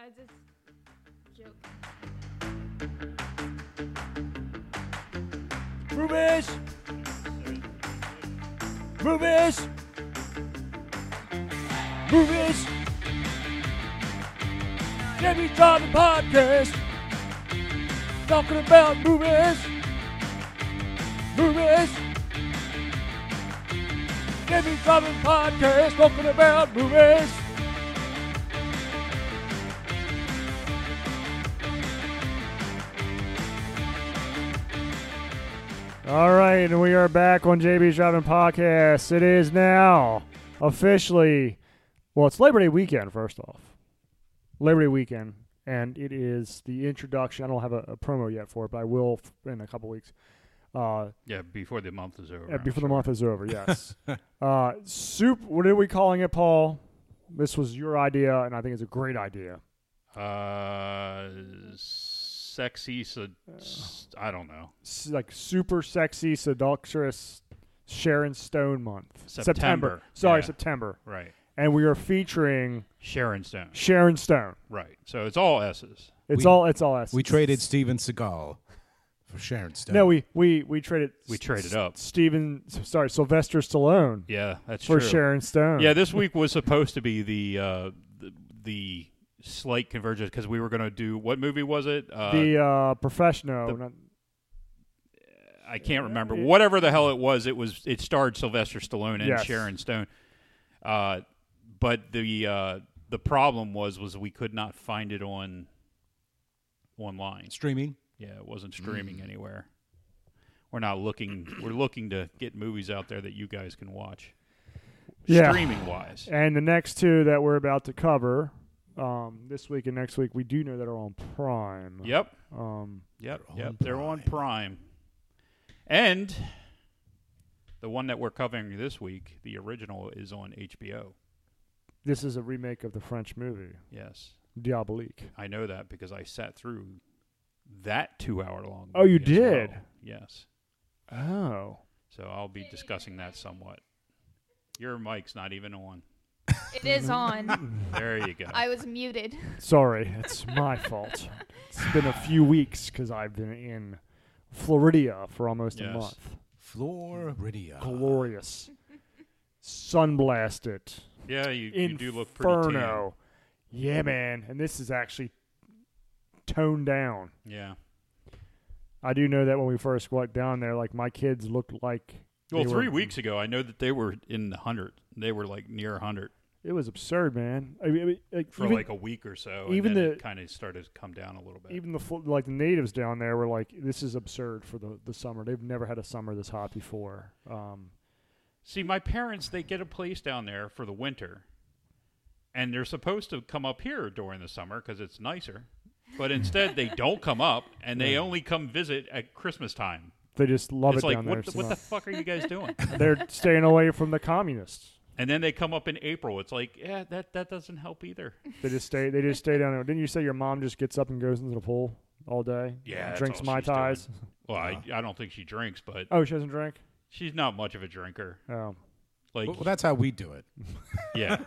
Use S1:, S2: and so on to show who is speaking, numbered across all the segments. S1: I just joke.
S2: Rubish! Rubish! Rubish! Jamie Johnson Podcast! Talking about movies! Movies! Jamie Johnson Podcast! Talking about movies! All right, and we are back on JB's Driving Podcast. It is now officially, well, it's Labor Day weekend, first off. Labor Day weekend, and it is the introduction. I don't have a, a promo yet for it, but I will f- in a couple weeks. Uh,
S3: Yeah, before the month is over.
S2: uh, before the month is over, yes. uh, soup, what are we calling it, Paul? This was your idea, and I think it's a great idea.
S3: Uh, sexy. So,
S2: Uh.
S3: I don't know.
S2: S- like super sexy, seductress Sharon Stone month.
S3: September.
S2: Sorry,
S3: Yeah.
S2: September.
S3: Right.
S2: And we are featuring
S3: Sharon Stone.
S2: Sharon Stone.
S3: Right. So it's all S's.
S2: It's
S4: We-
S2: all it's all S.
S4: We traded Steven Seagal for Sharon Stone.
S2: no, we we we traded
S3: We
S2: S-
S3: traded
S2: S-
S3: up.
S2: Steven sorry, Sylvester Stallone
S3: Yeah, that's
S2: for
S3: true.
S2: Sharon Stone.
S3: Yeah, this week was supposed to be the uh, the, the slight convergence because we were going to do what movie was it? Uh,
S2: the uh professional
S3: the-
S2: not-
S3: I can't remember.
S2: uh, it-
S3: Whatever the hell it was, it was it starred Sylvester Stallone and
S2: Yes.
S3: Sharon Stone. Uh, but the uh, the problem was was we could not find it on online.
S4: streaming.
S3: Yeah, it wasn't
S4: Mm.
S3: streaming anywhere. We're not looking. We're looking to get movies out there that you guys can watch.
S2: Yeah.
S3: Streaming wise,
S2: and the next two that we're about to cover um this week and next week we do know that are on Prime.
S3: yep,
S2: Um
S3: yep,
S4: They're on
S3: yep. They're on
S4: Prime.
S3: Prime, and the one that we're covering this week, the original, is on HBO.
S2: this is a remake of the French movie
S3: Yes,
S2: Diabolique.
S3: I know that because I sat through that two-hour-long.
S2: Oh, you
S3: movie as well.
S2: did?
S3: Yes.
S2: Oh.
S3: So I'll be discussing that somewhat. Your mic's not even on.
S1: It is
S3: Mm-hmm.
S1: on.
S3: There you go.
S1: I was muted.
S2: Sorry, it's my fault. It's been a few weeks cuz I've been in Florida for almost a
S3: Yes.
S2: month.
S4: Floridia.
S2: Uh, glorious, sunblasted,
S3: yeah, you, you
S2: inferno.
S3: do look pretty. tan.
S2: Yeah, man, and this is actually toned down.
S3: Yeah.
S2: I do know that when we first walked down there, like my kids looked like
S3: Well,
S2: they
S3: three
S2: were-
S3: weeks ago, I know that they were in the hundred. They were like near hundred
S2: It was absurd, man. I mean, I mean, like,
S3: for
S2: even,
S3: like a week or so.
S2: even
S3: and then
S2: the-
S3: it kind of started to come down a little bit.
S2: even the fl- like the natives down there were like, this is absurd for the the summer. They've never had a summer this hot before. Um,
S3: See, my parents they get a place down there for the winter, and they're supposed to come up here during the summer because it's nicer. But instead, they don't come up, and they only come visit at Christmas time.
S2: they just love
S3: it's
S2: it
S3: like,
S2: down
S3: what,
S2: there.
S3: the, what
S2: so
S3: the fuck are you guys doing?
S2: They're staying away from the communists.
S3: and then they come up in April. It's like, yeah, that that doesn't help either.
S2: They just stay. They just stay down there. Didn't you say your mom just gets up and goes into the pool all day?
S3: Yeah, that's
S2: drinks
S3: all
S2: my
S3: she's doing.
S2: ties.
S3: Well, I, I don't think she drinks, but
S2: Oh, she doesn't drink.
S3: she's not much of a drinker.
S2: Oh,
S3: Like,
S4: Well, well, that's how we do it.
S3: Yeah.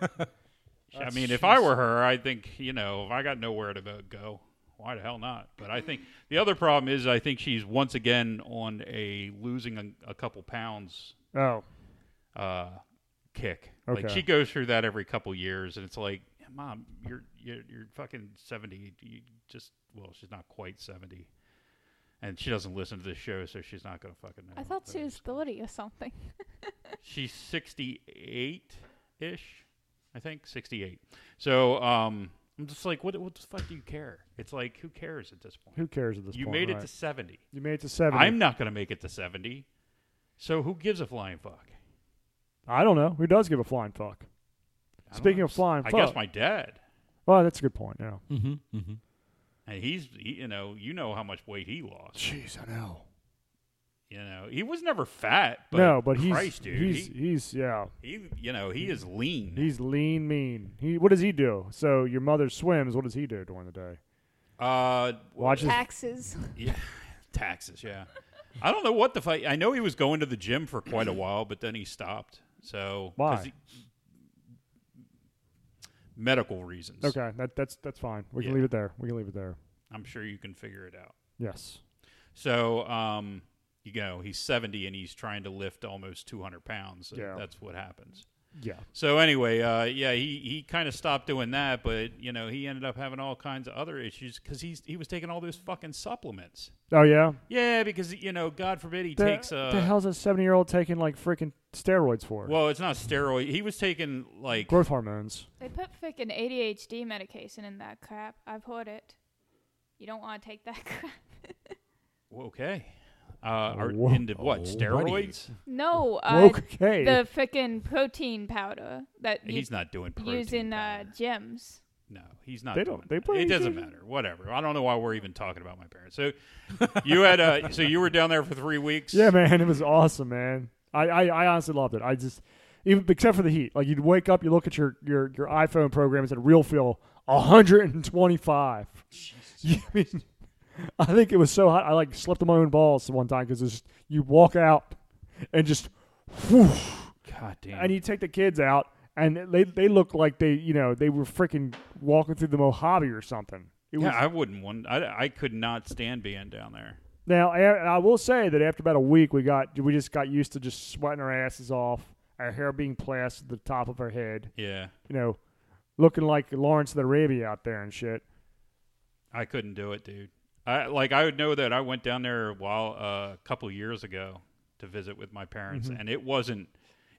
S3: I
S2: That's
S3: mean, if I were her, I think, you know, if I got nowhere to go- go, why the hell not? But I think the other problem is I think she's once again on a losing a, a couple pounds
S2: oh,
S3: uh, kick. Like
S2: Okay.
S3: she goes through that every couple years, and it's like, Mom, you're you're, you're fucking seventy. You just well, she's not quite seventy, and she doesn't listen to this show, so she's not gonna fucking know.
S1: I thought
S3: But
S1: she was
S3: it's-
S1: 30 or something.
S3: she's 68 ish i think 68 so um i'm just like what, what the fuck do you care it's like who cares at this point
S2: who cares at this
S3: you
S2: point?
S3: made it
S2: right?
S3: to 70
S2: you made it to 7
S3: i'm not going to make it to 70 so who gives a flying fuck
S2: I don't know who does give a flying fuck.
S3: I don't
S2: Speaking
S3: know.
S2: of flying
S3: i guess
S2: fuck.
S3: my dad
S2: Well, that's a good point. Yeah.
S4: Mm-hmm. Mm-hmm.
S3: and he's he, you know you know how much weight he lost
S2: Jeez, I know.
S3: you know he was never fat but
S2: no, but he's
S3: Christ, dude
S2: he's
S3: he,
S2: he's yeah
S3: he you know he is lean
S2: he's lean mean. He what does he do? So your mother swims. What does he do during the day?
S3: uh
S2: Watches.
S1: Taxes.
S3: Yeah, taxes. Yeah, I don't know what the fight. I know he was going to the gym for quite a while, but then he stopped. So 'cause
S2: Why?
S3: he- medical reasons.
S2: Okay, that, that's that's fine. We can
S3: Yeah.
S2: leave it there. We can leave it there.
S3: I'm sure you can figure it out.
S2: Yes.
S3: So, um, you know, he's 70 and he's trying to lift almost 200 pounds.
S2: Yeah.
S3: That's what happens.
S2: Yeah.
S3: So anyway, uh, yeah, he, he kind of stopped doing that, but you know he ended up having all kinds of other issues because he's he was taking all those fucking supplements.
S2: Oh yeah.
S3: Yeah, because you know, God forbid he
S2: The,
S3: takes uh,
S2: the hell's a seventy year old taking like freaking steroids for?
S3: well, it's not steroid. He was taking like
S2: growth hormones.
S1: They put freaking ADHD medication in that crap. I've heard it. You don't want to take that crap.
S3: okay, uh, are
S2: Whoa.
S3: into what
S4: Oh,
S3: steroids?
S1: No, uh,
S2: Okay.
S1: the freaking protein powder that you
S3: He's not doing protein
S1: use in uh,
S3: powder.
S1: gyms.
S3: No, he's not.
S2: They don't-
S3: doing
S2: they
S3: that.
S2: put-
S3: It doesn't matter. Whatever. I don't know why we're even talking about my parents. So you had uh, so you were down there for three weeks.
S2: Yeah, man, it was awesome, man. I, I, I honestly loved it. I just even except for the heat. Like you'd wake up, you look at your your, your iPhone program, it said real feel 125. Yeah, I mean, I think it was so hot. I like slept on my own balls one time because just you walk out and just whoosh,
S3: God damn.
S2: and you take the kids out and they they look like they you know they were freaking walking through the Mojave or something. It was
S3: yeah, I wouldn't want. I, I could not stand being down there.
S2: Now, a- and I will say that after about a week, we got we just got used to just sweating our asses off, our hair being plastered to the top of our head,
S3: Yeah,
S2: you know, looking like Lawrence of Arabia out there and shit.
S3: I couldn't do it, dude. I like I would know that I went down there a while uh, a couple years ago to visit with my parents,
S2: Mm-hmm.
S3: and it wasn't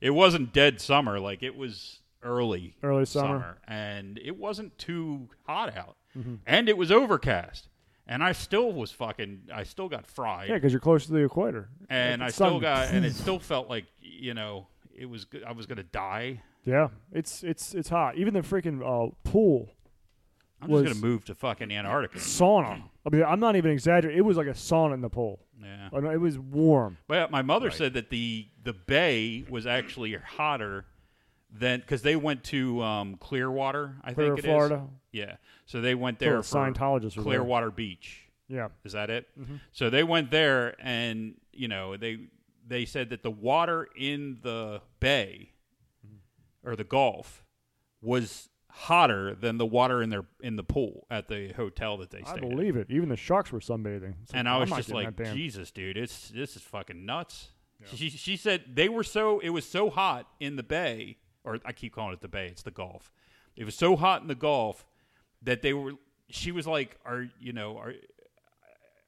S3: it wasn't dead summer. Like it was early
S2: Early summer.
S3: and it wasn't too hot out,
S2: Mm-hmm.
S3: and it was overcast. And I still was fucking. I still got fried,
S2: Yeah, because you're close to the equator.
S3: and
S2: Like,
S3: I
S2: the
S3: still
S2: sun-
S3: got, and it still felt like you know it was. g- I was gonna die.
S2: yeah, it's it's it's hot. Even the freaking uh, pool
S3: I'm
S2: Was-
S3: just gonna move to fucking Antarctica.
S2: sauna. I mean, I'm not even exaggerating. It was like a sauna in the pool.
S3: Yeah.
S2: I know, It was warm.
S3: Well, my mother said that the the bay was actually hotter than because they went to um, Clearwater, I
S2: Clear,
S3: think it is.
S2: Florida.
S3: Yeah, so they went
S2: There
S3: there
S2: the
S3: for
S2: Scientologists were there. Mm-hmm.
S3: Clearwater Beach.
S2: Yeah,
S3: Is that it? So they went there, and you know they they said that the water in the bay or the Gulf was hotter than the water in their in the pool at the hotel that they
S2: I
S3: stayed. at.
S2: believe it. Even the sharks were sunbathing. It's
S3: And I was
S2: I'm not
S3: just
S2: getting
S3: like,
S2: that damn-
S3: Jesus, dude, it's this is fucking nuts. She she said they were so it was so hot in the bay, or I keep calling it the bay, it's the Gulf. It was so hot in the Gulf that they were. She was like, "Are you know are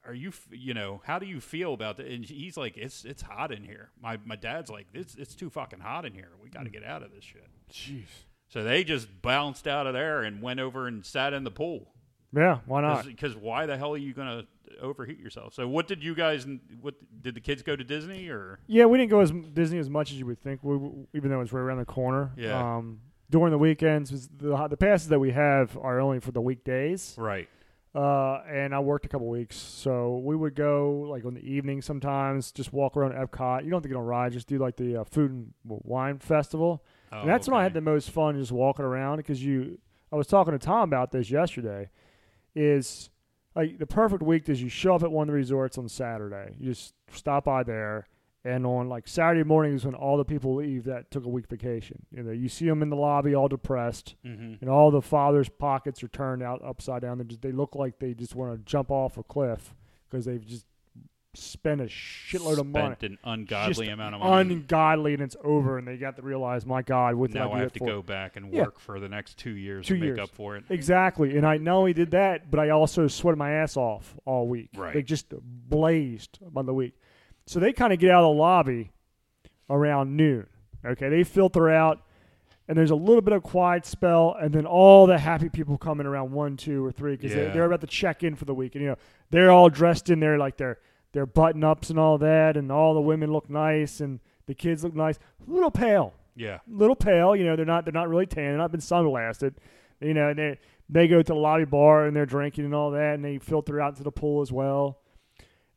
S3: are you f- you know how do you feel about that?" And he's like, "It's it's hot in here." My my dad's like, "It's it's too fucking hot in here. We
S2: Hmm.
S3: got to get out of this shit."
S2: Jeez.
S3: So they just bounced out of there and went over and sat in the pool.
S2: Yeah, why not?
S3: Because why the hell are you going to overheat yourself? So what did you guys? What did the kids go to Disney or?
S2: Yeah, we didn't go as Disney as much as you would think, we, we- even though it's right around the corner.
S3: Yeah.
S2: Um, during the weekends, was the the passes that we have are only for the weekdays.
S3: Right.
S2: Uh, and I worked a couple weeks, so we would go like on the evening sometimes, just walk around Epcot. You don't have to get on rides, just do like the uh, food and wine festival.
S3: Oh,
S2: and that's when I had the most fun just walking around because you. I was talking to Tom about this yesterday. Is like the perfect week is you show up at one of the resorts on Saturday. You just stop by there, and on like Saturday morning is when all the people leave that took a week vacation. You know, you see them in the lobby all depressed,
S3: Mm-hmm.
S2: and all the fathers' pockets are turned out upside down. They just they look like they just want to jump off a cliff because they've just spent a shitload of money.
S3: Spent an ungodly
S2: Just
S3: amount of money.
S2: Ungodly, and it's over, and they got to realize, my God, what did
S3: now
S2: I do
S3: I have
S2: that
S3: to
S2: for?
S3: go back and
S2: Yeah.
S3: work for the next two years
S2: Two
S3: to make
S2: years.
S3: up for it.
S2: Exactly. And I not only did that, but I also sweated my ass off all week.
S3: Right.
S2: Like just blazed by the week. So they kind of get out of the lobby around noon. Okay. They filter out, and there's a little bit of quiet spell, and then all the happy people come in around one, two, or three because
S3: Yeah.
S2: they, they're about to check in for the week. And, you know, they're all dressed in there like their, their button ups and all that, and all the women look nice, and the kids look nice. A little pale
S3: Yeah.
S2: little pale. You know, they're not they're not really tan. They're not been sunblasted. You know, and they they go to the lobby bar and they're drinking and all that, and they filter out to the pool as well.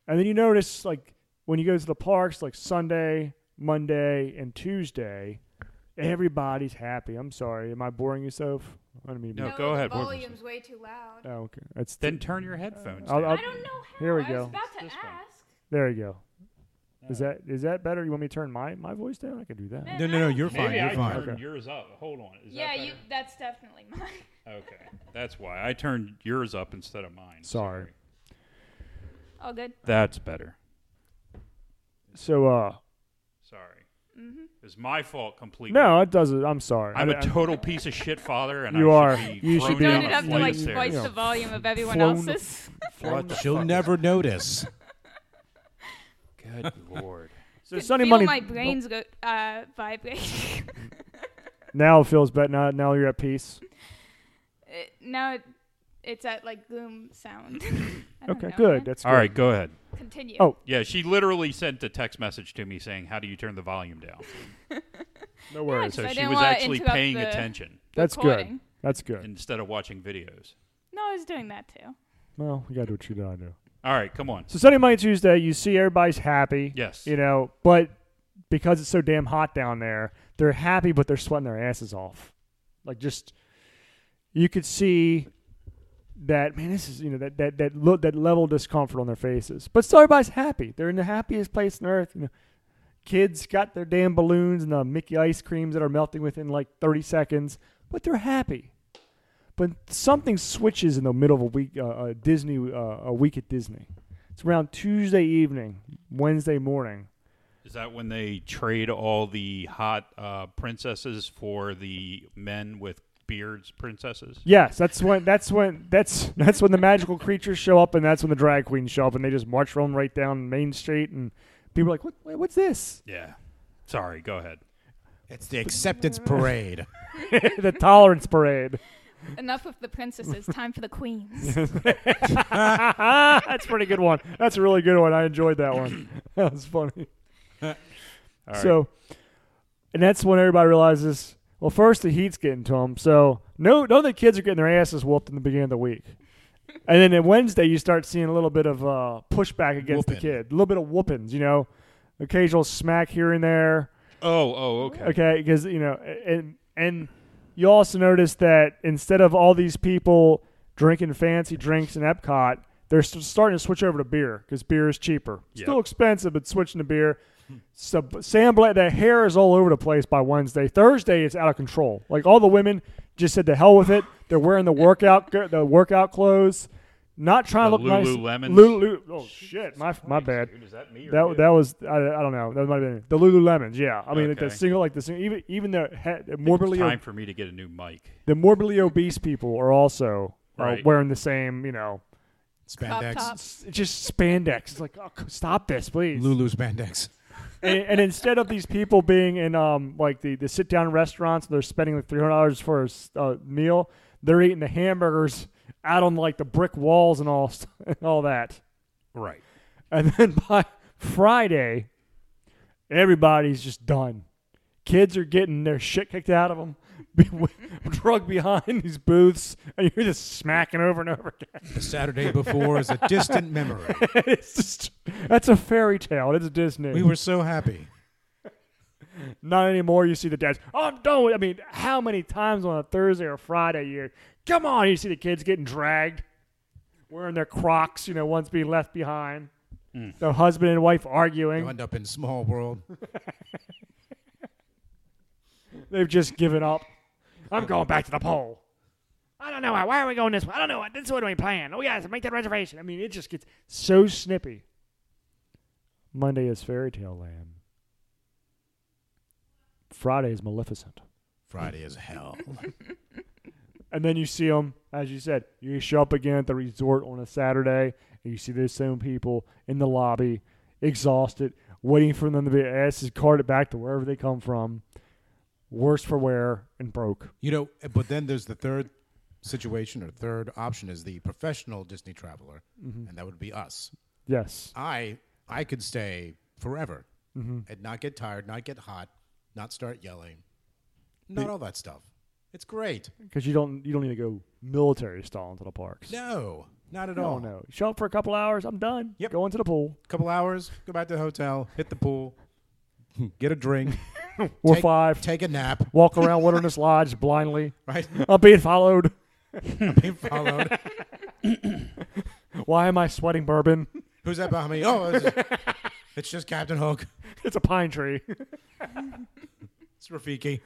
S2: And then you notice like when you go to the parks, like Sunday, Monday, and Tuesday, everybody's happy. I'm sorry, am I boring you, Soph? I don't mean. to be-
S3: No, go ahead, what was
S1: Volume's way too loud.
S2: Oh, okay. That's
S3: Then turn your headphones.
S2: I'll-
S3: down.
S2: I'll-
S1: I don't know how.
S2: Here we
S1: I
S2: go.
S1: was about to
S3: This
S1: ask.
S3: one.
S2: there you go. Is that is that better? You want me to turn my, my voice down? I can do that.
S1: Eh.
S4: No, no, no. You're fine.
S3: Maybe
S4: You're
S3: I
S4: fine.
S3: turned yours up. Hold on. Is
S1: yeah,
S3: that
S1: you. That's definitely mine.
S3: better? Okay, that's why I turned yours up instead of mine.
S2: Sorry.
S1: All good.
S3: That's better.
S2: So uh
S3: Sorry.
S1: Mm-hmm.
S3: It's my fault completely.
S2: no, it doesn't. I'm sorry.
S3: I'm
S2: I-
S3: a total piece of shit father, and
S2: You
S3: I
S2: are.
S3: Should be
S2: You
S3: thrown
S2: should be
S1: Turn
S3: down
S1: it
S3: a
S1: up to
S3: flight
S1: like
S3: of stairs.
S1: twice
S2: Yeah.
S1: the volume of everyone
S2: Flown-
S1: else's.
S3: What the
S4: She'll
S3: fuck?
S4: never notice.
S3: Good lord.
S2: so
S1: Could
S2: Sunday
S1: feel
S2: Monday
S1: my brains go uh, vibrate.
S2: now it feels better. Now, now you're at peace.
S1: It- now it, it's at like gloom sound. I don't
S2: Okay,
S1: know,
S2: good.
S1: man.
S2: That's
S3: All right, go ahead.
S1: Continue.
S2: Oh.
S3: Yeah, she literally sent a text message to me saying, "How do you turn the volume down?"
S2: No worries.
S1: I
S3: So she
S1: didn't
S3: was
S1: wanna
S3: actually
S1: interrupt
S3: paying
S1: the-
S3: attention
S2: That's good.
S1: recording.
S2: That's good.
S3: instead of watching videos.
S1: No, I was doing that too.
S2: Well, we got to do what you got to do.
S3: All right, come on.
S2: So Sunday, Monday, Tuesday, you see everybody's happy.
S3: Yes.
S2: You know, but because it's so damn hot down there, they're happy, but they're sweating their asses off. Like just, you could see that man. This is you know that that that look that level of discomfort on their faces. But still, everybody's happy. They're in the happiest place on earth. You know, kids got their damn balloons and the Mickey ice creams that are melting within like thirty seconds, but they're happy. But something switches in the middle of a week, uh, a Disney, uh, a week at Disney. It's around Tuesday evening, Wednesday morning.
S3: Is that when they trade all the hot uh, princesses for the men with beards princesses?
S2: Yes, that's when that's when that's that's when the magical creatures show up, and that's when the drag queens show up, and they just march them right down Main Street, and people are like, "What? wait, What's this?
S3: Yeah. Sorry, go ahead.
S4: It's the acceptance parade.
S2: the tolerance parade."
S1: Enough with the princesses. Time for the queens.
S2: that's a pretty good one. That's a really good one. I enjoyed that one. that was funny.
S3: All right.
S2: So, and that's when everybody realizes. Well, first the heat's getting to them, so no, no, the kids are getting their asses whooped in the beginning of the week, and then on Wednesday you start seeing a little bit of uh, pushback against the
S4: Whooping.
S2: kid, a little bit of whoopings, you know, occasional smack here and there.
S3: oh, oh, okay.
S2: Okay, because you know, and and you also notice that instead of all these people drinking fancy drinks in Epcot, they're s starting to switch over to beer because beer is cheaper. Still
S3: Yep.
S2: expensive, but switching to beer. So Sam Black, the hair is all over the place by Wednesday. Thursday, it's out of control. Like all the women just said, "The hell with it." They're wearing the workout the workout clothes, not trying
S3: The
S2: to look nice.
S3: Lululemons?
S2: Lulu, oh shit, my my bad.
S3: Dude, is that me? Or
S2: That
S3: you?
S2: that was I, I don't know that might have been the Lululemons yeah I mean like the
S3: Okay.
S2: single like the single even even the he-
S3: I think it's
S2: morbidly
S3: time for me to get a new mic.
S2: the morbidly obese people are also uh,
S3: Right.
S2: wearing the same you know
S4: Spandex.
S1: top.
S2: s- just spandex it's like oh c- stop this please
S4: Lulu spandex.
S2: and, and instead of these people being in um like the the sit down restaurants they're spending like three hundred dollars for a s- a meal they're eating the hamburgers out on like the brick walls and all st- and all that
S3: Right.
S2: And then by Friday, everybody's just done. Kids are getting their shit kicked out of them, drug behind these booths, and you're just smacking over and over again.
S4: The Saturday before is a distant memory.
S2: It's just that's a fairy tale. It's Disney.
S4: We were so happy.
S2: Not anymore. You see the dads. I'm done with. I mean, how many times on a Thursday or Friday you come on? You see the kids getting dragged, wearing their Crocs. You know, one's being left behind.
S4: Mm.
S2: The husband and wife arguing.
S4: You end up in small world.
S2: They've just given up. I'm going back to the pole. I don't know why. Why are we going this way? I don't know what. This is what we plan. We got to make that reservation. I mean, it just gets so snippy. Monday is Fairy Tale Land. Friday is Maleficent.
S4: Friday is hell.
S2: And then you see them, as you said, you show up again at the resort on a Saturday, and you see those same people in the lobby, exhausted, waiting for them to be asses carted back to wherever they come from, worse for wear, and broke.
S4: You know, but then there's the third situation or third option is the professional Disney traveler, and that would be us.
S2: Yes.
S4: I I could stay forever
S2: Mm-hmm.
S4: and not get tired, not get hot, not start yelling, not all that stuff. It's great.
S2: because you don't you don't need to go military style into the parks.
S4: No, not at
S2: no,
S4: all.
S2: no. Show up for a couple hours. I'm done.
S4: Yep.
S2: Go into the pool.
S4: Couple hours, go back to the hotel, hit the pool, get a drink,
S2: We're
S4: take-
S2: five.
S4: take a nap.
S2: walk around Wilderness Lodge blindly.
S4: Right,
S2: I'm being followed.
S4: being followed.
S2: Why am I sweating bourbon?
S4: Who's that behind me? Oh, it's, It's just Captain Hook.
S2: It's a pine tree.
S4: It's Rafiki.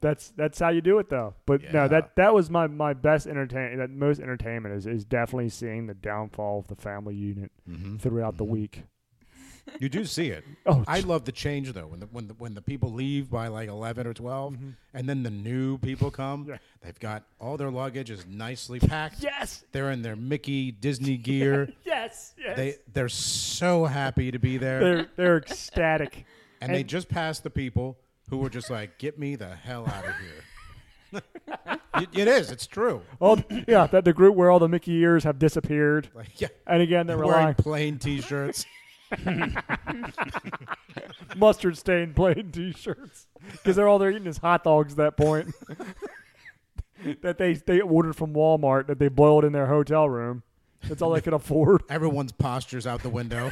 S2: That's that's how you do it though. But
S4: Yeah.
S2: no, that that was my my best entertain that most entertainment is is definitely seeing the downfall of the family unit throughout the week.
S4: You do see it.
S2: Oh,
S4: Mm-hmm. I love the change though when the when the, when the people leave by like eleven or 12 and then the new people come.
S2: Mm-hmm. Yeah.
S4: They've got all their luggage is nicely packed.
S2: yes,
S4: They're in their Mickey Disney gear.
S2: yes, yes.
S4: They they're so happy to be there,
S2: they're they're ecstatic.
S4: and they just passed the people who were just like, "Get me the hell out of here." It- it is. It's true.
S2: Oh yeah, that the group where all the Mickey ears have disappeared,
S4: Like, yeah,
S2: and again they're
S4: wearing
S2: relying
S4: plain T-shirts.
S2: mustard stained plain T-shirts because they're all they're eating is hot dogs at that point. that they they ordered from Walmart that they boiled in their hotel room. That's all they could afford.
S4: Everyone's postures out the window.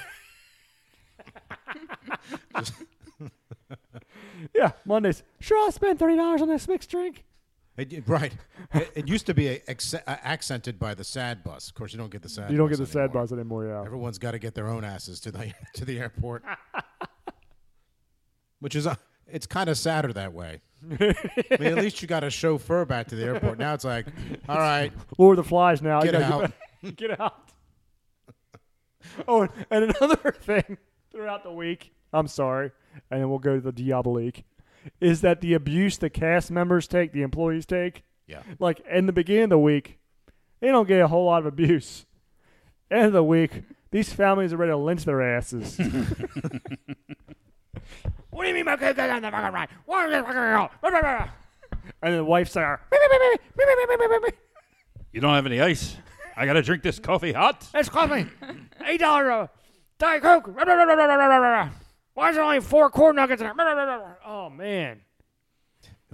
S2: Yeah, Mondays. Sure, I spent thirty dollars on this mixed drink.
S4: It- it- right. It, it used to be a, acce- uh, accented by the sad bus. Of course, you don't get the sad.
S2: You don't
S4: bus
S2: get the sad
S4: anymore.
S2: buzz anymore. Yeah.
S4: Everyone's got to get their own asses to the to the airport, which is a, it's kind of sadder that way. I mean, at least you got a chauffeur back to the airport. Now it's like, all right,
S2: Lord of the Flies now.
S4: get
S2: you gotta
S4: out.
S2: Get, get out. Oh, and, and another thing throughout the week, I'm sorry, and then we'll go to the Diabolique, is that the abuse the cast members take, the employees take,
S4: Yeah,
S2: like in the beginning of the week, they don't get a whole lot of abuse. End of the week, these families are ready to lynch their asses. what do you mean my kids got on the fucking ride? What is this fucking girl? Blah, blah, blah, blah. And then the wife's there.
S3: You don't have any ice. I gotta drink this coffee hot.
S2: It's coffee. Eight dollar Diet Coke. Blah, blah, blah, blah, blah, blah, blah, blah. Why is there only four corn nuggets in there? Blah, blah, blah, blah, blah. Oh man.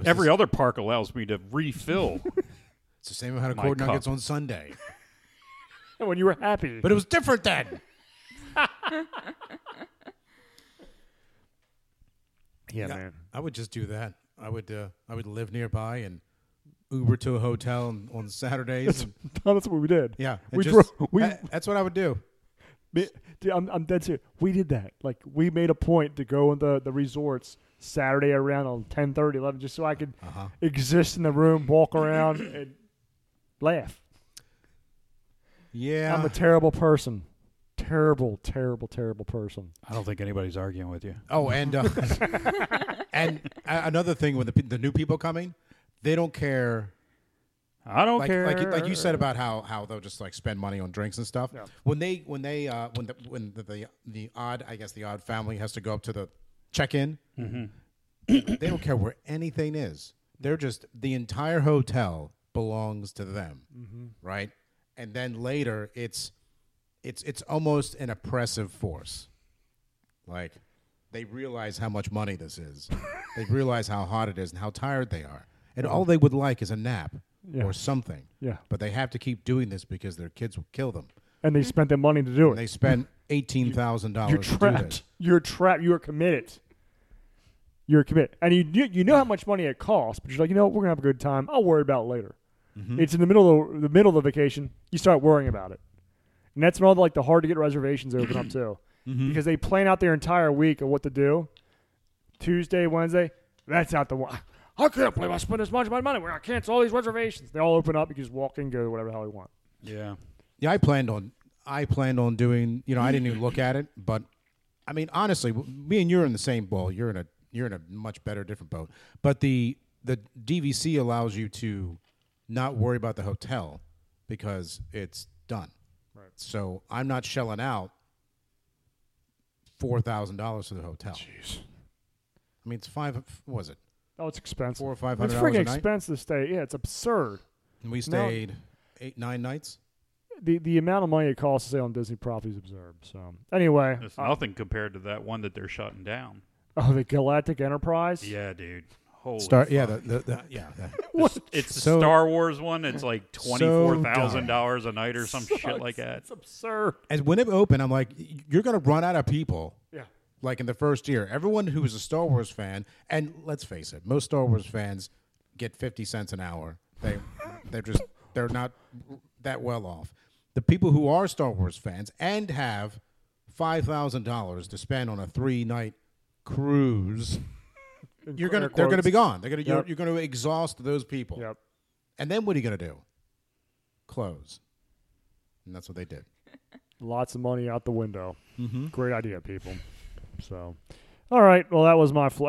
S3: Every other park allows me to refill.
S4: it's the same amount of
S3: My
S4: corn
S3: cup.
S4: nuggets on Sunday,
S2: When you were happy.
S4: but it was different then.
S2: yeah,
S4: Yeah, I would just do that. I would uh, I would live nearby and Uber to a hotel on, on Saturdays. and-
S2: That's what we did.
S4: yeah, and
S2: We
S4: just-
S2: drove- we-
S4: that- that's what I would do.
S2: Me- Dude, I'm, I'm dead serious. We did that. Like we made a point to go in the, the resorts Saturday around 10, 11, just so I could
S4: Uh-huh.
S2: exist in the room, walk around, and laugh.
S4: Yeah,
S2: I'm a terrible person. Terrible, terrible, terrible person.
S3: I don't think anybody's arguing with you.
S4: Oh, and uh, and uh, another thing with the, pe- the new people coming, they don't care.
S3: I don't
S4: Like
S3: care.
S4: like like you said about how how they'll just like spend money on drinks and stuff. When they when they uh, when the, when the, the the odd I guess the odd family has to go up to the check in, they don't care where anything is. They're just the entire hotel belongs to them, right? And then later, it's it's it's almost an oppressive force. Like they realize how much money this is. they realize how hot it is and how tired they are. And all they would like is a nap
S2: Yeah.
S4: or something.
S2: Yeah.
S4: But they have to keep doing this because their kids will kill them.
S2: And they spent their money to do
S4: And
S2: it.
S4: they spend eighteen thousand dollars
S2: You're
S4: to do
S2: trapped.
S4: this.
S2: You're trapped. You are committed. You're committed. And you, you you know how much money it costs, but you're like, you know, what? we're gonna have a good time. I'll worry about it later.
S4: Mm-hmm.
S2: It's in the middle of the middle of the vacation. You start worrying about it, and that's when all the, like the hard to get reservations open up too,
S4: Mm-hmm.
S2: because they plan out their entire week of what to do. Tuesday, Wednesday, that's out the one. I can't believe I spent this much of my money. We're gonna cancel all these reservations. They all open up. You can just walk in, go whatever the hell you want.
S3: Yeah.
S4: Yeah, I planned on I planned on doing. You know, I didn't even look at it, but I mean, honestly, w- me and you're in the same ball. You're in a you're in a much better different boat. But the the DVC allows you to not worry about the hotel because it's done. Right. So I'm not shelling out four thousand dollars for the hotel. Jeez. I mean, it's five. What was it
S2: Oh, it's expensive.
S4: four or five
S2: It's
S4: hundred dollars
S2: freaking
S4: a night?
S2: expensive to stay. Yeah, it's absurd.
S4: And we stayed eight nine nights.
S2: the the amount of money it costs to stay on Disney property is absurd. So anyway,
S3: It's
S2: uh,
S3: nothing compared to that one that they're shutting down.
S2: oh, the Galactic Enterprise.
S3: Yeah, dude. Holy
S4: Start.
S3: fuck.
S4: Yeah. The, the, the, yeah. the-
S2: What?
S3: It's the
S4: So-
S3: Star Wars one. It's like
S4: So
S3: twenty four thousand dollars a night or some shit like that.
S2: It's absurd.
S4: And when it opened, I'm like, you're going to run out of people.
S2: Yeah.
S4: Like in the first year, everyone who is a Star Wars fan, and let's face it, most Star Wars fans get 50 cents an hour. They, they're just, they're not that well off. the people who are Star Wars fans and have five thousand dollars to spend on a three night cruise, you're gonna they're gonna be gone. They're gonna you're,
S2: Yep.
S4: you're gonna exhaust those people.
S2: Yep.
S4: And then what are you gonna do? Close. And that's what they did.
S2: Lots of money out the window.
S3: Mm-hmm.
S2: Great idea, people. So, all right. Well, that was my. Fl-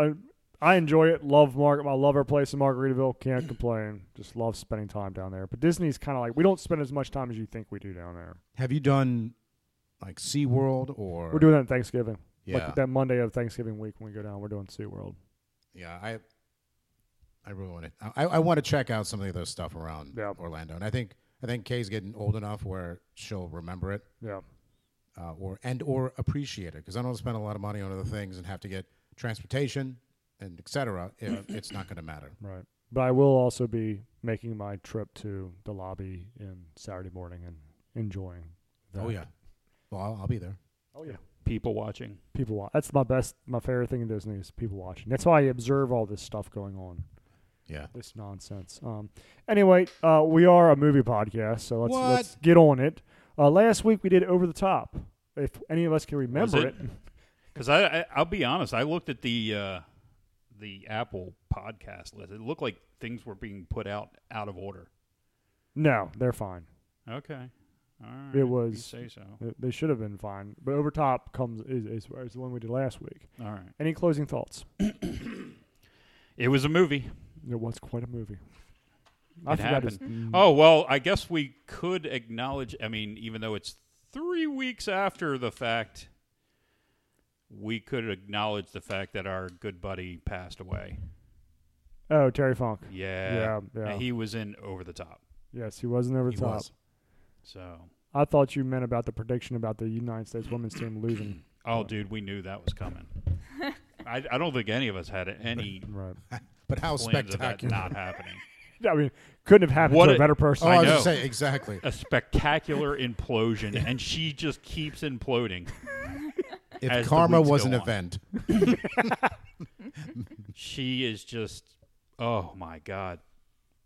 S2: I enjoy it. Love Market. I love our place in Margaritaville. Can't complain. Just love spending time down there. But Disney's kind of like we don't spend as much time as you think we do down there.
S4: Have you done like SeaWorld or
S2: We're doing that on Thanksgiving.
S4: yeah,
S2: Like that Monday of Thanksgiving week when we go down, we're doing SeaWorld.
S4: yeah, I I really want to I, I want to check out some of those stuff around
S2: Yeah.
S4: Orlando. And I think I think Kay's getting old enough where she'll remember it.
S2: Yeah.
S4: uh, or and or appreciate it because I don't spend a lot of money on other things and have to get transportation and etc. If it's not going to matter.
S2: Right. But I will also be making my trip to the lobby in Saturday morning and enjoying. that.
S4: Oh yeah, well I'll, I'll be there.
S2: Oh yeah.
S3: People watching.
S2: People watch. That's my best, my favorite thing in Disney is people watching. That's why I observe all this stuff going on,
S4: Yeah.
S2: this nonsense. Um. Anyway, uh, we are a movie podcast, so let's
S4: What?
S2: let's get on it. Uh, last week we did Over the Top. If any of us can remember
S3: it? Because I, I, I'll be honest, I looked at the uh, the Apple podcast list. It looked like things were being put out out of order.
S2: no, they're fine.
S3: Okay, all right.
S2: It was-
S3: You say so.
S2: They- They should have been fine. But Over Top comes is, is, is the one we did last week.
S3: All right.
S2: Any closing thoughts?
S3: It was a movie.
S2: It was quite a movie.
S3: It
S2: forgot
S3: happened.
S2: his-
S3: Oh well, I guess we could acknowledge. I mean, even though it's three weeks after the fact, we could acknowledge the fact that our good buddy passed away.
S2: Oh, Terry Funk.
S3: Yeah,
S2: Yeah, yeah.
S3: And he was in Over the Top.
S2: Yes, he wasn't over the
S4: He
S2: top.
S4: was.
S3: So,
S2: I thought you meant about the prediction about the United States women's team losing.
S3: oh, dude, we knew that was coming. I, I don't think any of us had any
S2: Right.
S4: But how
S3: plans of that
S4: spectacular!
S3: not happening.
S2: I mean, couldn't have happened
S3: What
S2: to a
S3: a-
S2: better person.
S4: Oh, I,
S3: I
S4: was
S3: know.
S4: gonna say exactly.
S3: A spectacular implosion, and she just keeps imploding. as
S4: If
S3: the
S4: karma
S3: weeks
S4: was
S3: go
S4: an
S3: on.
S4: event,
S3: she is just oh my god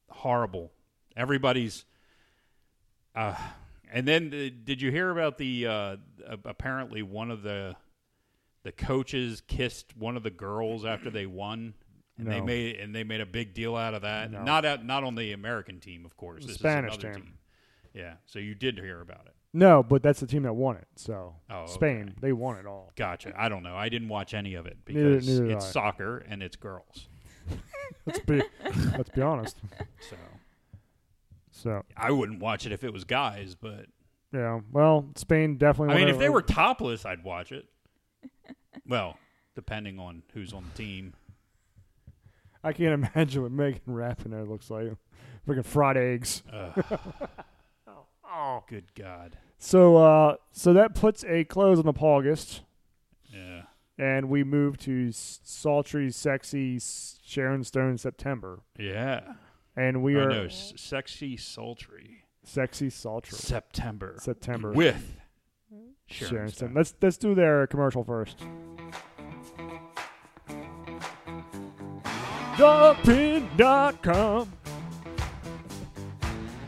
S3: horrible everybody's uh and then the, did you hear about the uh a- apparently one of the the coaches kissed one of the girls after they won and they
S2: No.
S3: made and they made a big deal out of that
S2: No.
S3: not out not on the american team of course
S2: The
S3: this
S2: Spanish
S3: is another
S2: team.
S3: team. yeah so you did hear about it
S2: No, but that's the team that won it. So
S3: Oh, okay.
S2: Spain, they won it all.
S3: gotcha i don't know i didn't watch any of it
S2: Neither-
S3: because
S2: neither did
S3: it's
S2: I.
S3: soccer and it's girls
S2: Let's be let's be honest.
S3: so
S2: So
S3: i wouldn't watch it if it was guys but
S2: yeah, well, Spain definitely.
S3: I mean,
S2: won
S3: if
S2: it.
S3: they were topless, I'd watch it. Well, depending on who's on the team.
S2: I can't imagine what Megan Rapinoe looks like. Freaking fried eggs.
S3: Good God.
S2: So uh, so that puts a close on the August.
S3: Yeah.
S2: and we move to s- sultry, sexy s- Sharon Stone September,
S3: Yeah.
S2: and we
S3: We
S2: are
S3: no, s- sexy, sultry.
S2: sexy sultry
S3: September.
S2: September Mm-hmm.
S3: With Sharon,
S2: Sharon, Stone.
S3: Stone.
S2: Let's let's do their commercial first. Duckpin.com.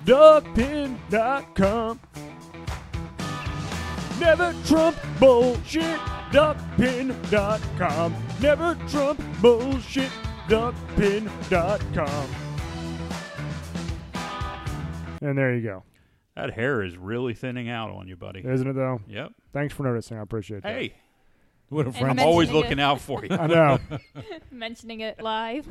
S2: Duckpin.com. Never Trump bullshit. Duckpin.com. Never Trump bullshit. Duckpin.com. And there you go.
S3: That hair is really thinning out on you, buddy.
S2: Isn't it though?
S3: Yep.
S2: Thanks for noticing. I appreciate that.
S3: Hey,
S4: what a friend!
S3: I'm always
S1: mentioning
S3: looking
S1: it.
S3: out for you.
S2: I know.
S1: Mentioning it live.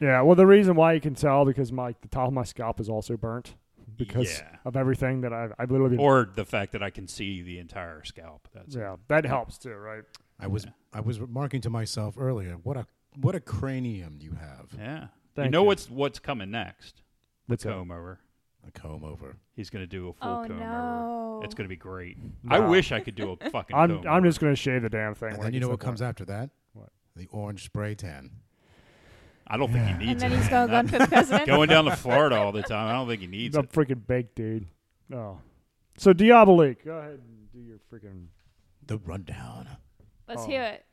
S2: Yeah, well, the reason why you can tell because my the top of my scalp is also burnt because
S3: Yeah.
S2: of everything that I've I've literally been.
S3: Or the fact that I can see the entire scalp. That's
S2: yeah, that helps too, right?
S4: I was I was remarking to myself earlier. What a what a cranium you have.
S3: Yeah.
S2: Thank
S3: you know
S2: you.
S3: what's what's coming next? The
S2: What's that?
S3: comb over.
S4: A comb over.
S3: He's going to do a full
S1: Oh,
S3: comb
S1: no.
S3: over. It's going to be great. I
S2: Wow.
S3: wish I could do a fucking
S2: I'm
S3: comb
S2: I'm
S3: over.
S2: just gonna shave the damn thing.
S4: And
S2: when
S4: then
S2: it
S4: you
S2: gets
S4: know what
S2: that
S4: comes
S2: point.
S4: after that?
S2: What?
S4: The orange spray tan.
S3: I don't think he
S1: and
S3: needs
S1: then
S3: it.
S1: he's
S3: man.
S1: going to run for president.
S3: going down to Florida all the time. I don't think he needs
S2: I'm
S3: it.
S2: freaking baked, dude. Oh, so Diabolique, go ahead and do your freaking.
S4: The rundown.
S1: Let's hear it.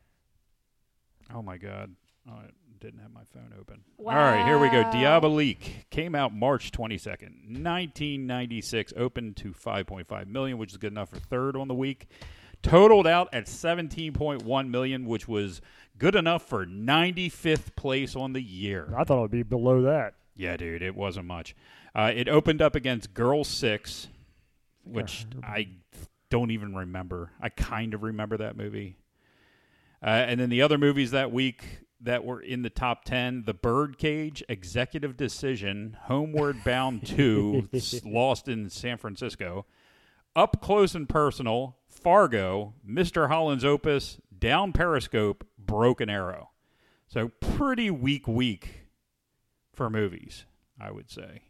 S3: Oh my god. All right. didn't have my phone open. All right, here we go.
S1: Wow.
S3: Diabolique came out March 22nd, 1996, opened to 5.5 million, which is good enough for third on the week. Totaled out at 17.1 million, which was good enough for 95th place on the year.
S2: I thought it would be below that.
S3: Yeah, dude, it wasn't much. Uh, it opened up against Girl Six, which I don't even remember. I kind of remember that movie. Uh, and then the other movies that week that were in the top 10 The Birdcage, Executive Decision, Homeward Bound 2, s- Lost in San Francisco, Up Close and Personal, Fargo, Mr. Holland's Opus, Down Periscope, Broken Arrow. So pretty weak week for movies, I would say.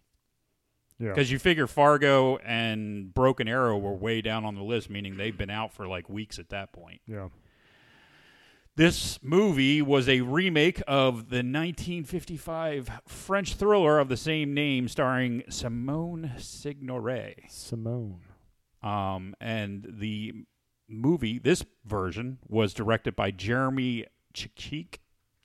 S2: Yeah.
S3: Because you figure Fargo and Broken Arrow were way down on the list, meaning they've been out for like weeks at that point.
S2: Yeah.
S3: This movie was a remake of the 1955 French thriller of the same name, starring Simone Signoret.
S2: Simone.
S3: Um, and the movie, this version, was directed by Jeremy Chichik,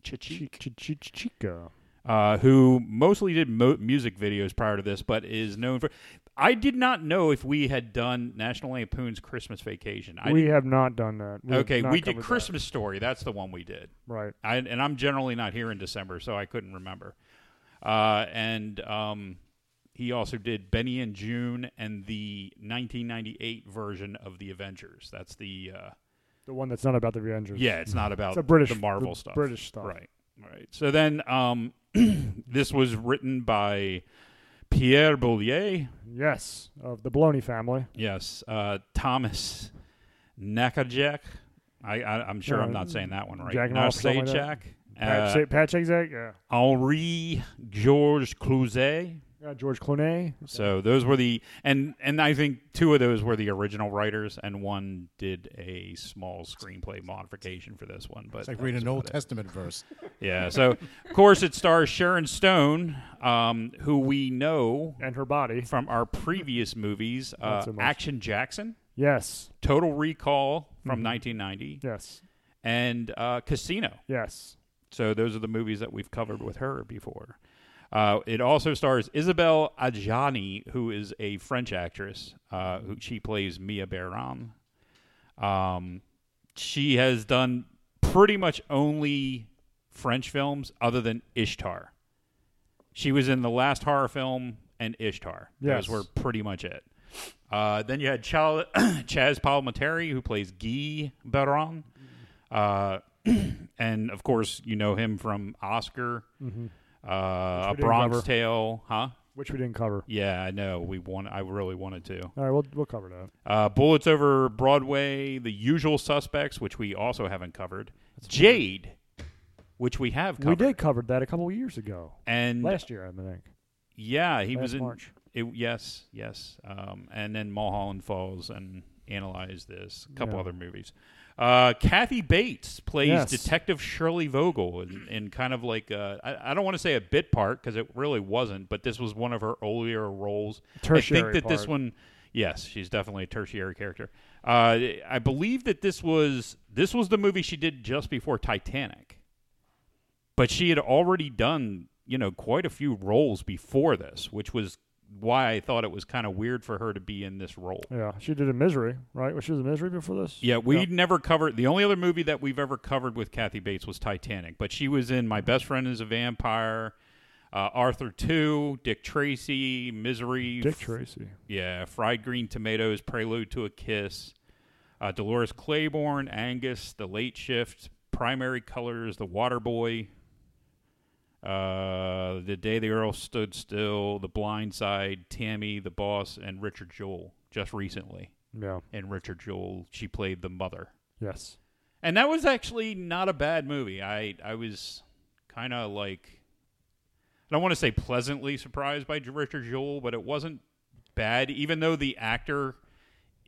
S3: Chichik,
S2: Chica.
S3: uh, who mostly did mo- music videos prior to this, but is known for. I did not know if we had done National Lampoon's Christmas Vacation. I
S2: We
S3: didn't-
S2: have not done that. We have
S3: okay,
S2: not
S3: we did
S2: covered that.
S3: Christmas Story. That's the one we did.
S2: Right.
S3: I, and I'm generally not here in December, so I couldn't remember. Uh, and um, he also did Benny and June and the 1998 version of the Avengers. That's the uh,
S2: The one that's not about the Avengers.
S3: yeah, it's not about
S2: Mm-hmm. It's a British
S3: the Marvel
S2: br-
S3: stuff,
S2: British stuff.
S3: right? Right. So then, um, this was written by Pierre Bollier.
S2: Yes, of the Baloney family.
S3: Yes, uh, Thomas Nakajak. I, I, I'm sure
S2: Yeah,
S3: I'm not saying that one right.
S2: Jack and
S3: Now
S2: off Uh, or something like that. Pat,
S3: uh,
S2: Sa- Pat Chazak, yeah.
S3: Henri Georges Clouzet.
S2: yeah. George Clooney.
S3: So those were the and and I think two of those were the original writers, and one did a small screenplay modification for this one. But
S4: It's like
S3: that
S4: reading
S3: was
S4: an Old
S3: about it.
S4: Testament verse.
S3: Yeah. So of course it stars Sharon Stone, um, who we know
S2: And her body.
S3: from our previous movies, uh,
S2: Not so much.
S3: Action Jackson,
S2: Yes,
S3: Total Recall
S2: Mm-hmm.
S3: from 1990,
S2: yes,
S3: and uh, Casino.
S2: yes.
S3: So those are the movies that we've covered with her before. Uh, it also stars Isabelle Adjani, who is a French actress. Uh, who she plays Mia Baron. Um, she has done pretty much only French films, other than Ishtar. She was in the last horror film and Ishtar.
S2: Yes.
S3: Those were pretty much it. Uh, then you had Chal- Chaz Palminteri, who plays Guy Baron. Uh, and of course, you know him from Oscar, uh, A
S2: Which we didn't
S3: Bronx
S2: cover.
S3: Tale, huh?
S2: Which we didn't cover.
S3: Yeah, I know. We want. I really wanted to.
S2: All right, we'll, we'll cover that.
S3: Uh, Bullets Over Broadway, The Usual Suspects, which we also haven't covered. Jade, which we have covered.
S2: We did cover that a couple of years ago.
S3: And
S2: Last year, I think.
S3: yeah, Mm. he
S2: last
S3: was in
S2: March.
S3: It, yes, yes. Um, and then Mulholland Falls and Analyze This, a couple
S2: Yeah.
S3: other movies. Uh, Kathy Bates plays
S2: Yes.
S3: Detective Shirley Vogel in, in kind of like I I, I don't want to say a bit part because it really wasn't, but this was one of her earlier roles. I
S2: Tertiary
S3: think that this
S2: part.
S3: one, yes, she's definitely a tertiary character. Uh, I believe that this was this was the movie she did just before Titanic, but she had already done you know quite a few roles before this, which was why I thought it was kind of weird for her to be in this role.
S2: Yeah, she did a misery, right? Was she was a misery before this?
S3: Yeah, we never covered the only other movie that we've ever covered with Kathy Bates was Titanic, but she was in My Best Friend Is a Vampire, uh, Arthur Two, Dick Tracy, Misery,
S2: Dick Tracy.
S3: yeah, Fried Green Tomatoes, Prelude to a Kiss, uh, Dolores Claiborne, Angus, The Late Shift, Primary Colors, The Waterboy, uh, The Day the Earl Stood Still, The Blind Side, Tammy, The Boss, and Richard Jewell just recently.
S2: Yeah.
S3: And Richard Jewell, she played the mother.
S2: Yes.
S3: And that was actually not a bad movie. I I was kind of like I don't want to say pleasantly surprised by Richard Jewell, but it wasn't bad. Even though the actor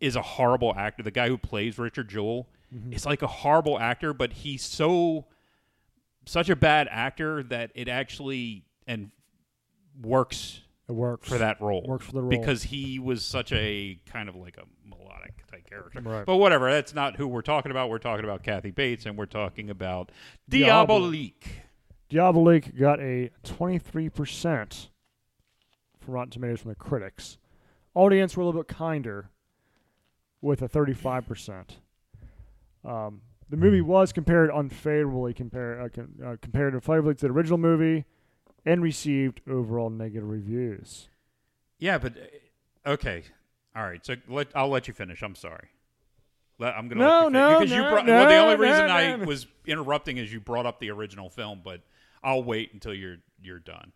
S3: is a horrible actor, the guy who plays Richard Jewell
S2: Mm-hmm.
S3: is like a horrible actor, but he's so such a bad actor that it actually and works
S2: It works.
S3: for that role.
S2: Works for the role.
S3: because he was such a kind of like a melodic type character.
S2: Right.
S3: But whatever, that's not who we're talking about. We're talking about Kathy Bates, and we're talking about
S2: Diabolique.
S3: Diabolique.
S2: Diabolik got a 23% from Rotten Tomatoes from the critics. Audience were a little bit kinder with a 35%. Um, the movie was compared unfavorably compare, uh, com- uh, compared unfavorably to the original movie and received overall negative reviews.
S3: Yeah, but uh, okay, all right. So let, I'll let you finish. I'm sorry. Let, I'm gonna
S2: No,
S3: let you finish,
S2: no,
S3: because you
S2: no,
S3: brought, well, the
S2: no,
S3: only
S2: no,
S3: reason
S2: no,
S3: I
S2: no.
S3: was interrupting is you brought up the original film, but I'll wait until you're you're done.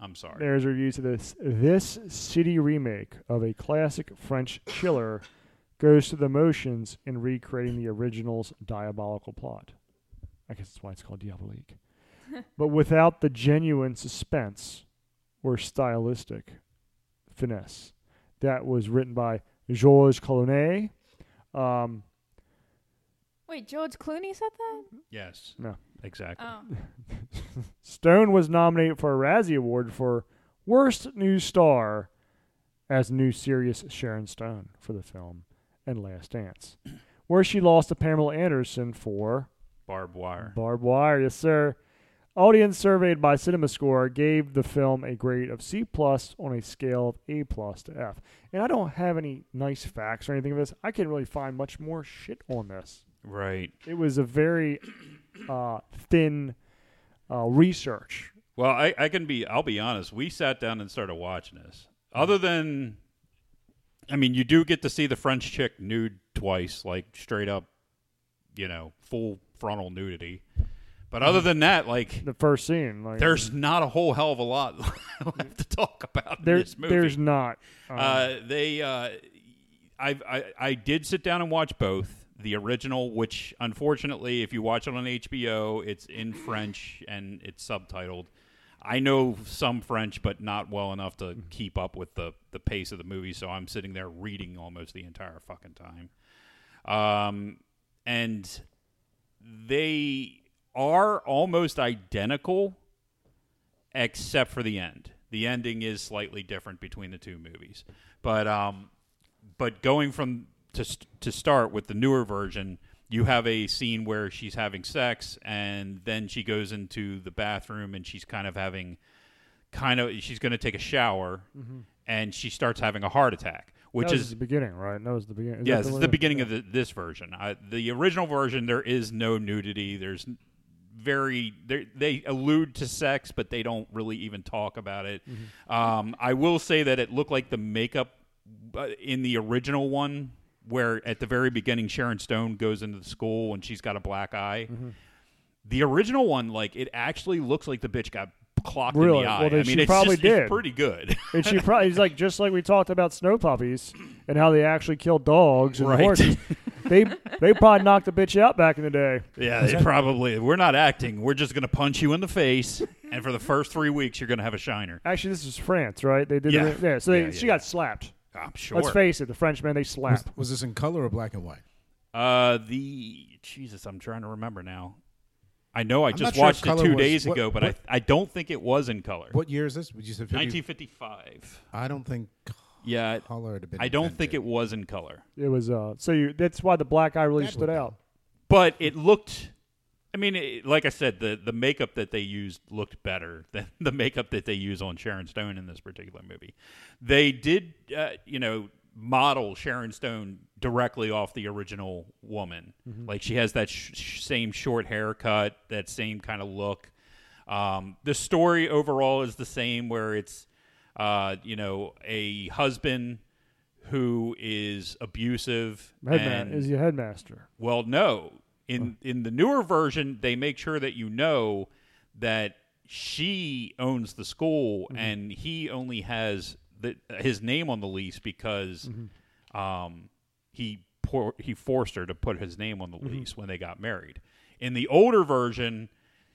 S3: I'm sorry.
S2: There's a review to this. This city remake of a classic French killer goes through the motions in recreating the original's diabolical plot. I guess that's why it's called Diabolique. but without the genuine suspense or stylistic finesse. That was written by Georges Colonnet. Um,
S1: Wait, George Clooney said that?
S3: Yes.
S2: No.
S3: Exactly.
S1: Oh.
S2: Stone was nominated for a Razzie Award for Worst New Star as new serious Sharon Stone for the film and Last Dance, where she lost to Pamela Anderson for
S3: Barbed wire.
S2: Barbed Wire. Yes, sir. Audience surveyed by CinemaScore gave the film a grade of C plus on a scale of A plus to F. And I don't have any nice facts or anything of this. I can't really find much more shit on this
S3: Right.
S2: it was a very uh, thin uh, research.
S3: Well, I, I can be. I'll be honest. We sat down and started watching this.
S2: Mm-hmm.
S3: Other than, I mean, you do get to see the French chick nude twice, like straight up, you know, full frontal nudity. But other
S2: Mm-hmm.
S3: than that, like,
S2: The first scene, like
S3: there's not a whole hell of a lot left to talk about in
S2: there-
S3: this movie.
S2: there's not. Um,
S3: Uh, they, uh, I, I, I did sit down and watch both the original, which unfortunately, if you watch it on HBO, it's in French and it's subtitled. I know some French, but not well enough to keep up with the the pace of the movie, so I'm sitting there reading almost the entire fucking time. Um, and they are almost identical except for the end. The ending is slightly different between the two movies, but um, but going from to st- to start with the newer version, you have a scene where she's having sex, and then she goes into the bathroom, and she's kind of having kind of she's going to take a shower, and she starts having a heart attack, which
S2: Mm-hmm. that was
S3: is
S2: the beginning, right? That was the beginning. Is that
S3: Yes, it's the
S2: one?
S3: beginning of the, this version. I, the original version, there is no nudity. There's n- very they- they allude to sex, but they don't really even talk about it.
S2: Mm-hmm.
S3: Um, I will say that it looked like the makeup uh, in the original one, where at the very beginning Sharon Stone goes into the school and she's got a black eye.
S2: Mm-hmm.
S3: The original one, like it actually looks like the bitch got clocked in
S2: Really?
S3: the eye.
S2: Well, then
S3: I mean,
S2: she
S3: it's
S2: probably
S3: just,
S2: did.
S3: It's pretty good.
S2: And she probably it's like just like we talked about snow puppies and how they actually kill dogs and
S3: Right.
S2: horses. they they probably knocked the bitch out back in the day.
S3: Yeah, they probably. We're not acting. We're just going to punch you in the face, and for the first three weeks, you're going to have a shiner.
S2: Actually, this is France, right? They did
S3: Yeah.
S2: it. Yeah, so they,
S3: Yeah,
S2: she
S3: yeah.
S2: got slapped.
S3: I'm sure.
S2: Let's face it, the Frenchmen they slap.
S4: Was, was this in color or black and white?
S3: uh, the Jesus, I'm trying to remember now. I know I
S4: not
S3: just
S4: sure if
S3: watched it
S4: color
S3: two
S4: was-
S3: days
S4: what-
S3: ago, but
S4: what-
S3: I I don't think it was in color.
S4: What year is this? Would you say 50?
S3: 1955.
S4: I don't think
S3: Yeah,
S4: color had been.
S3: I don't think it
S4: invented.
S3: was in color,
S2: It was uh. So you that's why the black eye really
S4: That
S2: stood
S4: would-
S2: out.
S3: but it looked. I mean, it, like I said, the the makeup that they used looked better than the makeup that they use on Sharon Stone in this particular movie. They did, uh, you know, model Sharon Stone directly off the original woman. Like she has that sh- sh- same short haircut, that same kind of look. Um, the story overall is the same, where it's, uh, you know, a husband who is abusive.
S2: Headman
S3: and-
S2: is the headmaster.
S3: well, no. In in the newer version, they make sure that you know that she owns the school and he only has the, his name on the lease because um, he por- he forced her to put his name on the lease when they got married. In the older version,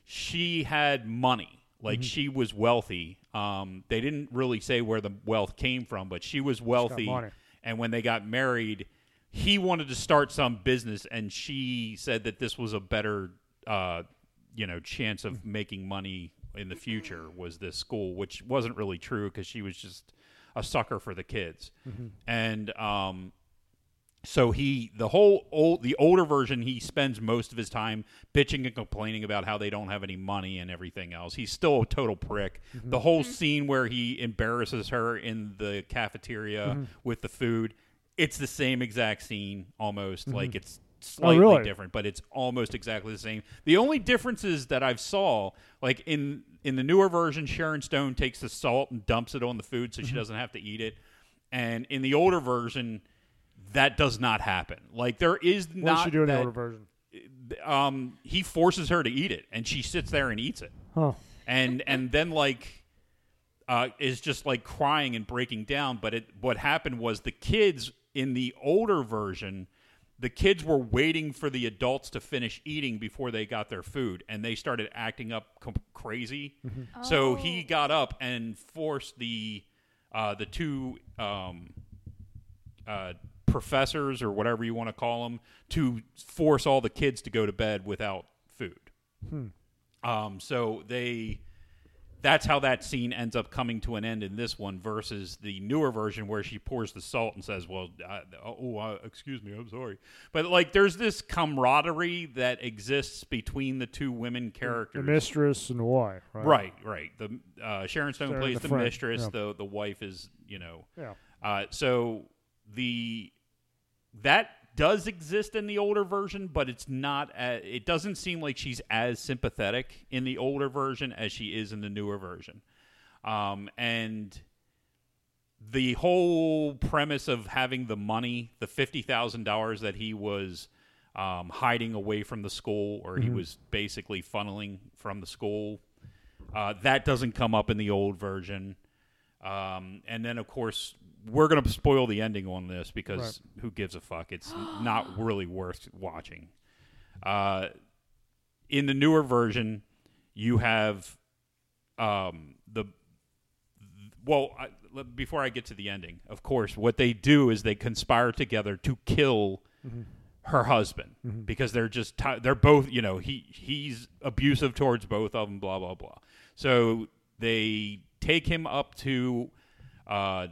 S3: she had money. Like she was wealthy. Um, they didn't really say where the wealth came from, but she was wealthy.
S2: money.
S3: and when they got married, he wanted to start some business, and she said that this was a better, uh, you know, chance of making money in the future was this school, which wasn't really true because she was just a sucker for the kids. And um, So he the whole old the older version he spends most of his time bitching and complaining about how they don't have any money and everything else. He's still a total prick. The whole scene where he embarrasses her in the cafeteria with the food, it's the same exact scene almost. Like it's slightly
S2: really?
S3: different, but it's almost exactly the same. The only differences that I've saw like in in the newer version Sharon Stone takes the salt and dumps it on the food so she doesn't have to eat it. And in the older version that does not happen. Like there is
S2: What does
S3: not
S2: she do in the
S3: that-
S2: older version?
S3: um he forces her to eat it and she sits there and eats it.
S2: Huh.
S3: And and then like uh is just like crying and breaking down, but it what happened was the kids in the older version the kids were waiting for the adults to finish eating before they got their food and they started acting up com- crazy. So he got up and forced the uh the two um uh, professors or whatever you want to call them to force all the kids to go to bed without food. Um, so they that's how that scene ends up coming to an end in this one versus the newer version where she pours the salt and says, "Well, uh, oh, uh, excuse me, I'm sorry." But like, there's this camaraderie that exists between the two women
S2: The
S3: characters.
S2: mistress and the wife, right?
S3: Right, right. The uh, Sharon Stone
S2: Sharon
S3: plays
S2: the
S3: the,
S2: friend,
S3: mistress.
S2: yeah.
S3: The the wife is you know
S2: Yeah.
S3: uh, so the that does exist in the older version, but it's not. a- it doesn't seem like she's as sympathetic in the older version as she is in the newer version. Um, and the whole premise of having the money, the fifty thousand dollars that he was um, hiding away from the school, or he was basically funneling from the school, uh, that doesn't come up in the old version. Um, and then, of course, we're going to spoil the ending on this because who gives a fuck? It's not really worth watching. Uh, in the newer version, you have um, the well. I, l- before I get to the ending, of course, what they do is they conspire together to kill her husband because they're just ti they're both you know he he's abusive towards both of them. Blah blah blah. So they take him up to uh,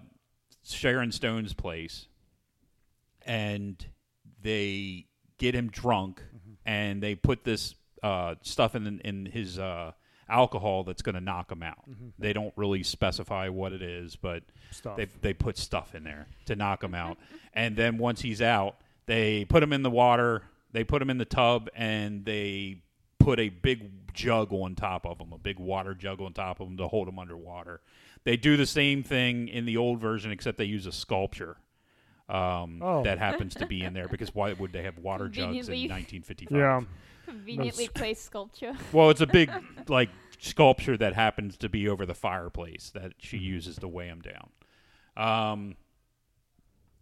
S3: Sharon Stone's place and they get him drunk and they put this uh, stuff in in his uh, alcohol that's going to knock him out. They don't really specify what it is, but
S2: Stuff.
S3: they they put stuff in there to knock him out. and then once he's out, they put him in the water, they put him in the tub, and they put a big jug on top of him, a big water jug on top of him to hold him underwater. They do the same thing in the old version, except they use a sculpture um,
S2: Oh.
S3: that happens to be in there because why would they have water jugs in
S1: Conveniently.
S3: 1955?
S2: Yeah.
S1: Conveniently placed sculpture.
S3: Well, it's a big like sculpture that happens to be over the fireplace that she uses to weigh him down. Um,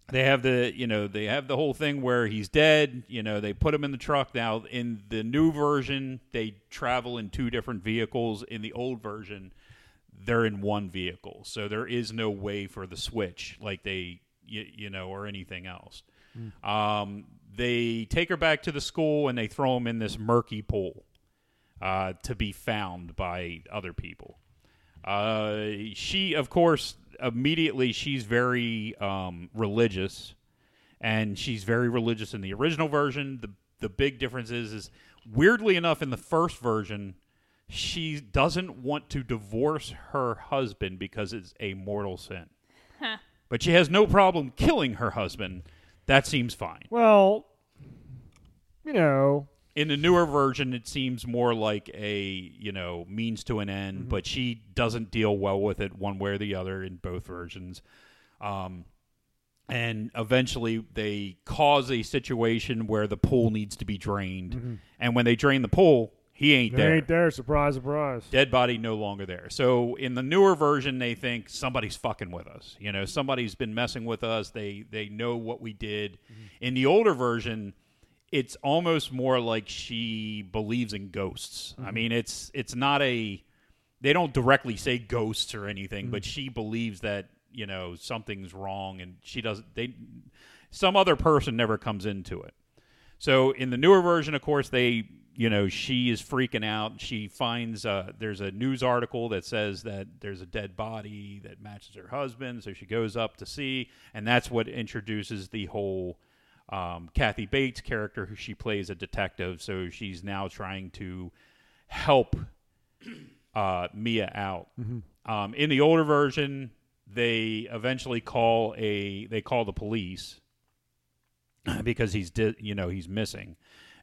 S3: they have the you know they have the whole thing where he's dead. You know they put him in the truck. Now in the new version, they travel in two different vehicles. In the old version, they're in one vehicle, so there is no way for the switch like they you, you know or anything else. Um, they take her back to the school and they throw him in this murky pool uh, to be found by other people. Uh, she, of course, immediately she's very um, religious, and she's very religious in the original version. The the big difference is, is weirdly enough, in the first version, she doesn't want to divorce her husband because it's a mortal sin. But she has no problem killing her husband. That seems fine.
S2: Well, you know,
S3: in the newer version it seems more like a you know means to an end but she doesn't deal well with it one way or the other in both versions um, and eventually they cause a situation where the pool needs to be drained and when they drain the pool he ain't
S2: they
S3: there
S2: ain't there. Surprise, surprise.
S3: dead body no longer there. So in the newer version, they think somebody's fucking with us. You know, somebody's been messing with us. They they know what we did. In the older version, it's almost more like she believes in ghosts. I mean, it's it's not a they don't directly say ghosts or anything, but she believes that you know something's wrong, and she doesn't. They some other person never comes into it. So in the newer version, of course, they you know she is freaking out. She finds uh, there's a news article that says that there's a dead body that matches her husband. So she goes up to see, and that's what introduces the whole um, Kathy Bates' character, who she plays a detective, so she's now trying to help uh, Mia out. Um, in the older version, they eventually call a they call the police because he's di- you know he's missing,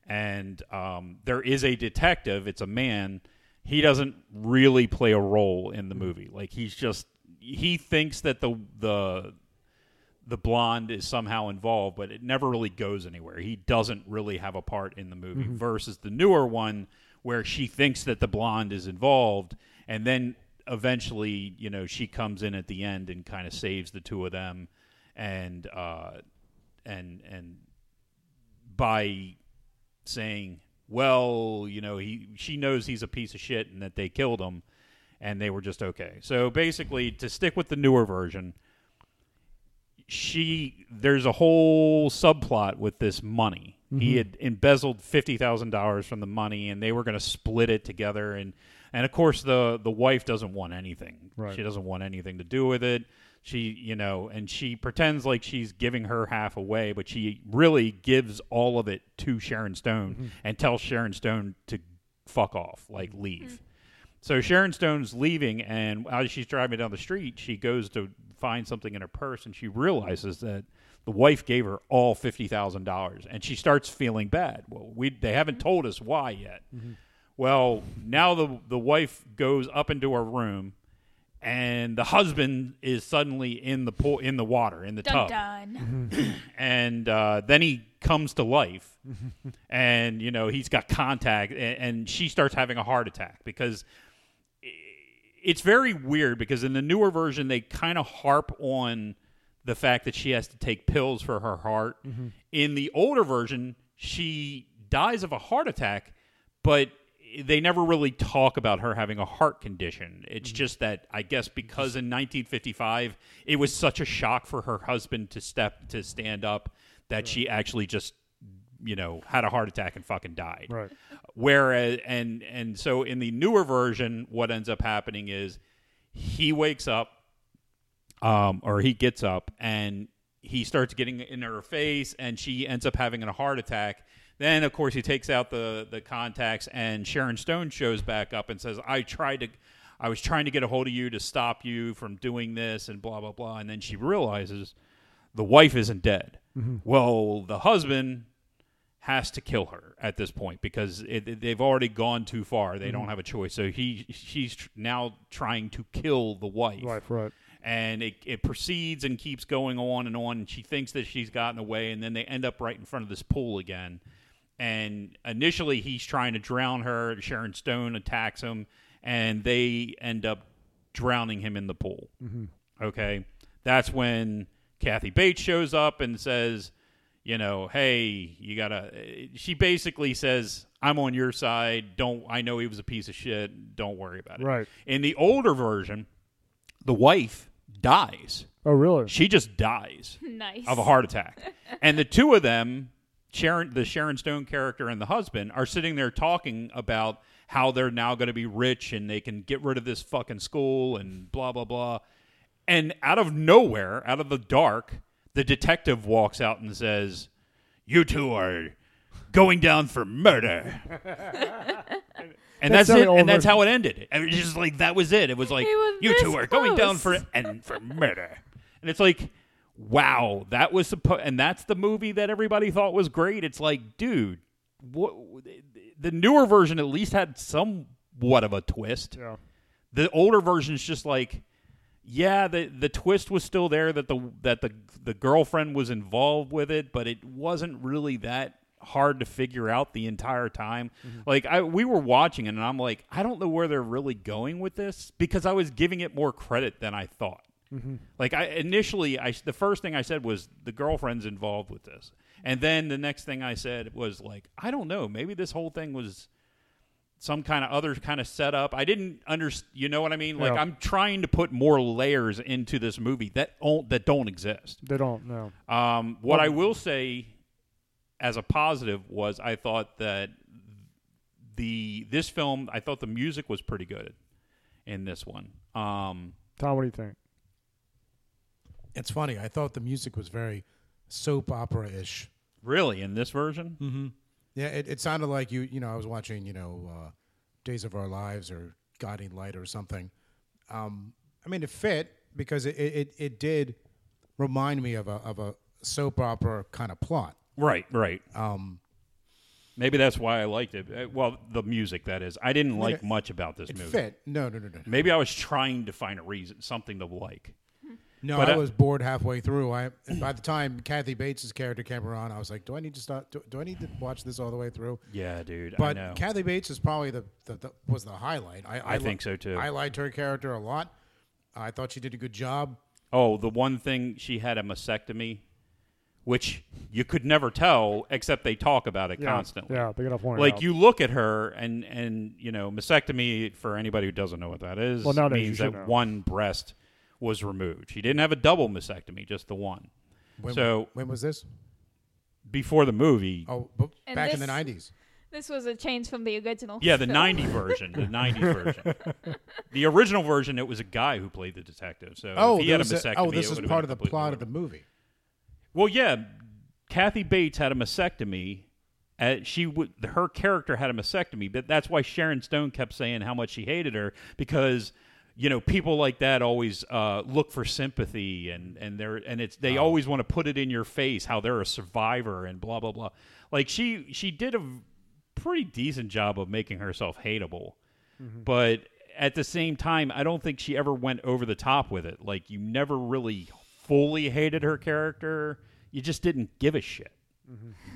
S3: and um, there is a detective. It's a man. He doesn't really play a role in the movie. Like he's just he thinks that the the the blonde is somehow involved, but it never really goes anywhere. He doesn't really have a part in the movie versus the newer one where she thinks that the blonde is involved and then eventually, you know, she comes in at the end and kind of saves the two of them and uh and and by saying, "Well, you know, he she knows he's a piece of shit and that they killed him, and they were just okay." So basically, to stick with the newer version, she there's a whole subplot with this money. He had embezzled fifty thousand dollars from the money, and they were going to split it together. and And of course, the the wife doesn't want anything.
S2: Right.
S3: She doesn't want anything to do with it. She, you know, and she pretends like she's giving her half away, but she really gives all of it to Sharon Stone and tells Sharon Stone to fuck off, like leave. So Sharon Stone's leaving, and as she's driving down the street, she goes to find something in her purse, and she realizes that the wife gave her all fifty thousand dollars, and she starts feeling bad. Well, we they haven't told us why yet. Well, now the the wife goes up into her room, and the husband is suddenly in the pool, in the water, in the
S1: Dun
S3: tub
S1: dun.
S3: and uh, then he comes to life and you know he's got contact and, and she starts having a heart attack because i- it's very weird because in the newer version they kind of harp on the fact that she has to take pills for her heart in the older version she dies of a heart attack but they never really talk about her having a heart condition. It's just that I guess because in 1955 it was such a shock for her husband to step to stand up that she actually just you know had a heart attack and fucking died.
S2: Right.
S3: Whereas uh, and and so in the newer version what ends up happening is he wakes up um or he gets up and he starts getting in her face and she ends up having a heart attack. Then of course he takes out the the contacts and Sharon Stone shows back up and says I tried to I was trying to get a hold of you to stop you from doing this and blah blah blah and then she realizes the wife isn't dead. Well, the husband has to kill her at this point because it, it- they've already gone too far. They don't have a choice. So he she's tr- now trying to kill the wife.
S2: Right, right.
S3: And it, it proceeds and keeps going on and on. And she thinks that she's gotten away. And then they end up right in front of this pool again. And initially, he's trying to drown her. Sharon Stone attacks him. And they end up drowning him in the pool. Okay. That's when Kathy Bates shows up and says, you know, hey, you gotta. She basically says, I'm on your side. Don't, I know he was a piece of shit. Don't worry about it.
S2: Right.
S3: In the older version, the wife dies.
S2: Oh, really?
S3: She just dies
S1: nice.
S3: Mm-hmm. of a heart attack. and the two of them, Sharon, the Sharon Stone character and the husband, are sitting there talking about how they're now going to be rich and they can get rid of this fucking school and blah blah blah. And out of nowhere, out of the dark, the detective walks out and says, "You two are going down for murder." And
S2: That's
S3: that's,
S2: how the
S3: it.
S2: old
S3: And that's
S2: version-
S3: how it ended. And it was just like that was it. It was like
S1: They were
S3: you
S1: this
S3: two are going down for
S1: close.
S3: and for murder. And it's like, wow, that was supposed. And that's the movie that everybody thought was great. It's like, dude, what? The newer version at least had somewhat of a twist.
S2: yeah.
S3: The older version is just like, yeah, the the twist was still there that the that the the girlfriend was involved with it, but it wasn't really that hard to figure out the entire time. Like I we were watching it and I'm like, I don't know where they're really going with this because I was giving it more credit than I thought. Like I initially I the first thing I said was the girlfriend's involved with this. And then the next thing I said was like, I don't know, maybe this whole thing was some kind of other kind of setup. I didn't understand. You know what I mean? Like
S2: Yeah.
S3: I'm trying to put more layers into this movie that don't, that don't exist.
S2: They don't know.
S3: Um, what I will say as a positive was I thought that the this film I thought the music was pretty good in this one. Um,
S2: Tom, what do you think?
S4: It's funny. I thought the music was very soap opera ish.
S3: Really, in this version?
S4: Yeah, it, it sounded like you. You know, I was watching. You know, uh, Days of Our Lives or Guiding Light or something. Um, I mean, it fit because it, it, it- it did remind me of a of a soap opera kind of plot.
S3: Right, right.
S4: Um,
S3: Maybe that's why I liked it. Uh, Well, the music that is. I didn't like
S4: it-
S3: much about this
S4: it
S3: movie.
S4: fit. No, no, no, no.
S3: Maybe I was trying to find a reason, something to like.
S4: No,
S3: But
S4: I
S3: I-
S4: was bored halfway through. I and by the time Kathy Bates' character came around, I was like, do I need to stop? Do, do I need to watch this all the way through?
S3: Yeah, dude.
S4: But
S3: I know.
S4: Kathy Bates is probably the, the, the was the highlight. I,
S3: I think so, too.
S4: I liked her character a lot. I thought she did a good job.
S3: oh, the one thing she had a mastectomy, which you could never tell, except they talk about it
S2: Yeah,
S3: constantly.
S2: Yeah, they got to point it
S3: Like
S2: out.
S3: you look at her, and and you know, mastectomy for anybody who doesn't know what that is
S2: Well, nowadays you
S3: means
S2: should
S3: that
S2: know.
S3: one breast was removed. She didn't have a double mastectomy, just the one.
S4: When,
S3: So-
S4: when was this?
S3: Before the movie,
S4: Oh, but
S1: And
S4: back in the
S1: this-
S4: nineties.
S1: This was a change from the original.
S3: Yeah, the
S1: film.
S3: 90 version. The 90 version. The original version, it was a guy who played the detective. So
S4: Oh,
S3: if he
S4: there
S3: had a
S4: was
S3: mastectomy.
S4: oh, this
S3: it
S4: is
S3: would've
S4: part of
S3: been
S4: the
S3: completely
S4: plot of the
S3: different.
S4: movie.
S3: Well, yeah, Kathy Bates had a mastectomy. Uh, she would her character had a mastectomy, but that's why Sharon Stone kept saying how much she hated her because you know people like that always uh, look for sympathy and and they're and it's they
S4: Oh.
S3: always want to put it in your face how they're a survivor and blah blah blah. Like she she did a pretty decent job of making herself hateable,
S4: Mm-hmm.
S3: but at the same time, I don't think she ever went over the top with it. Like you never really fully hated her character. You just didn't give a shit.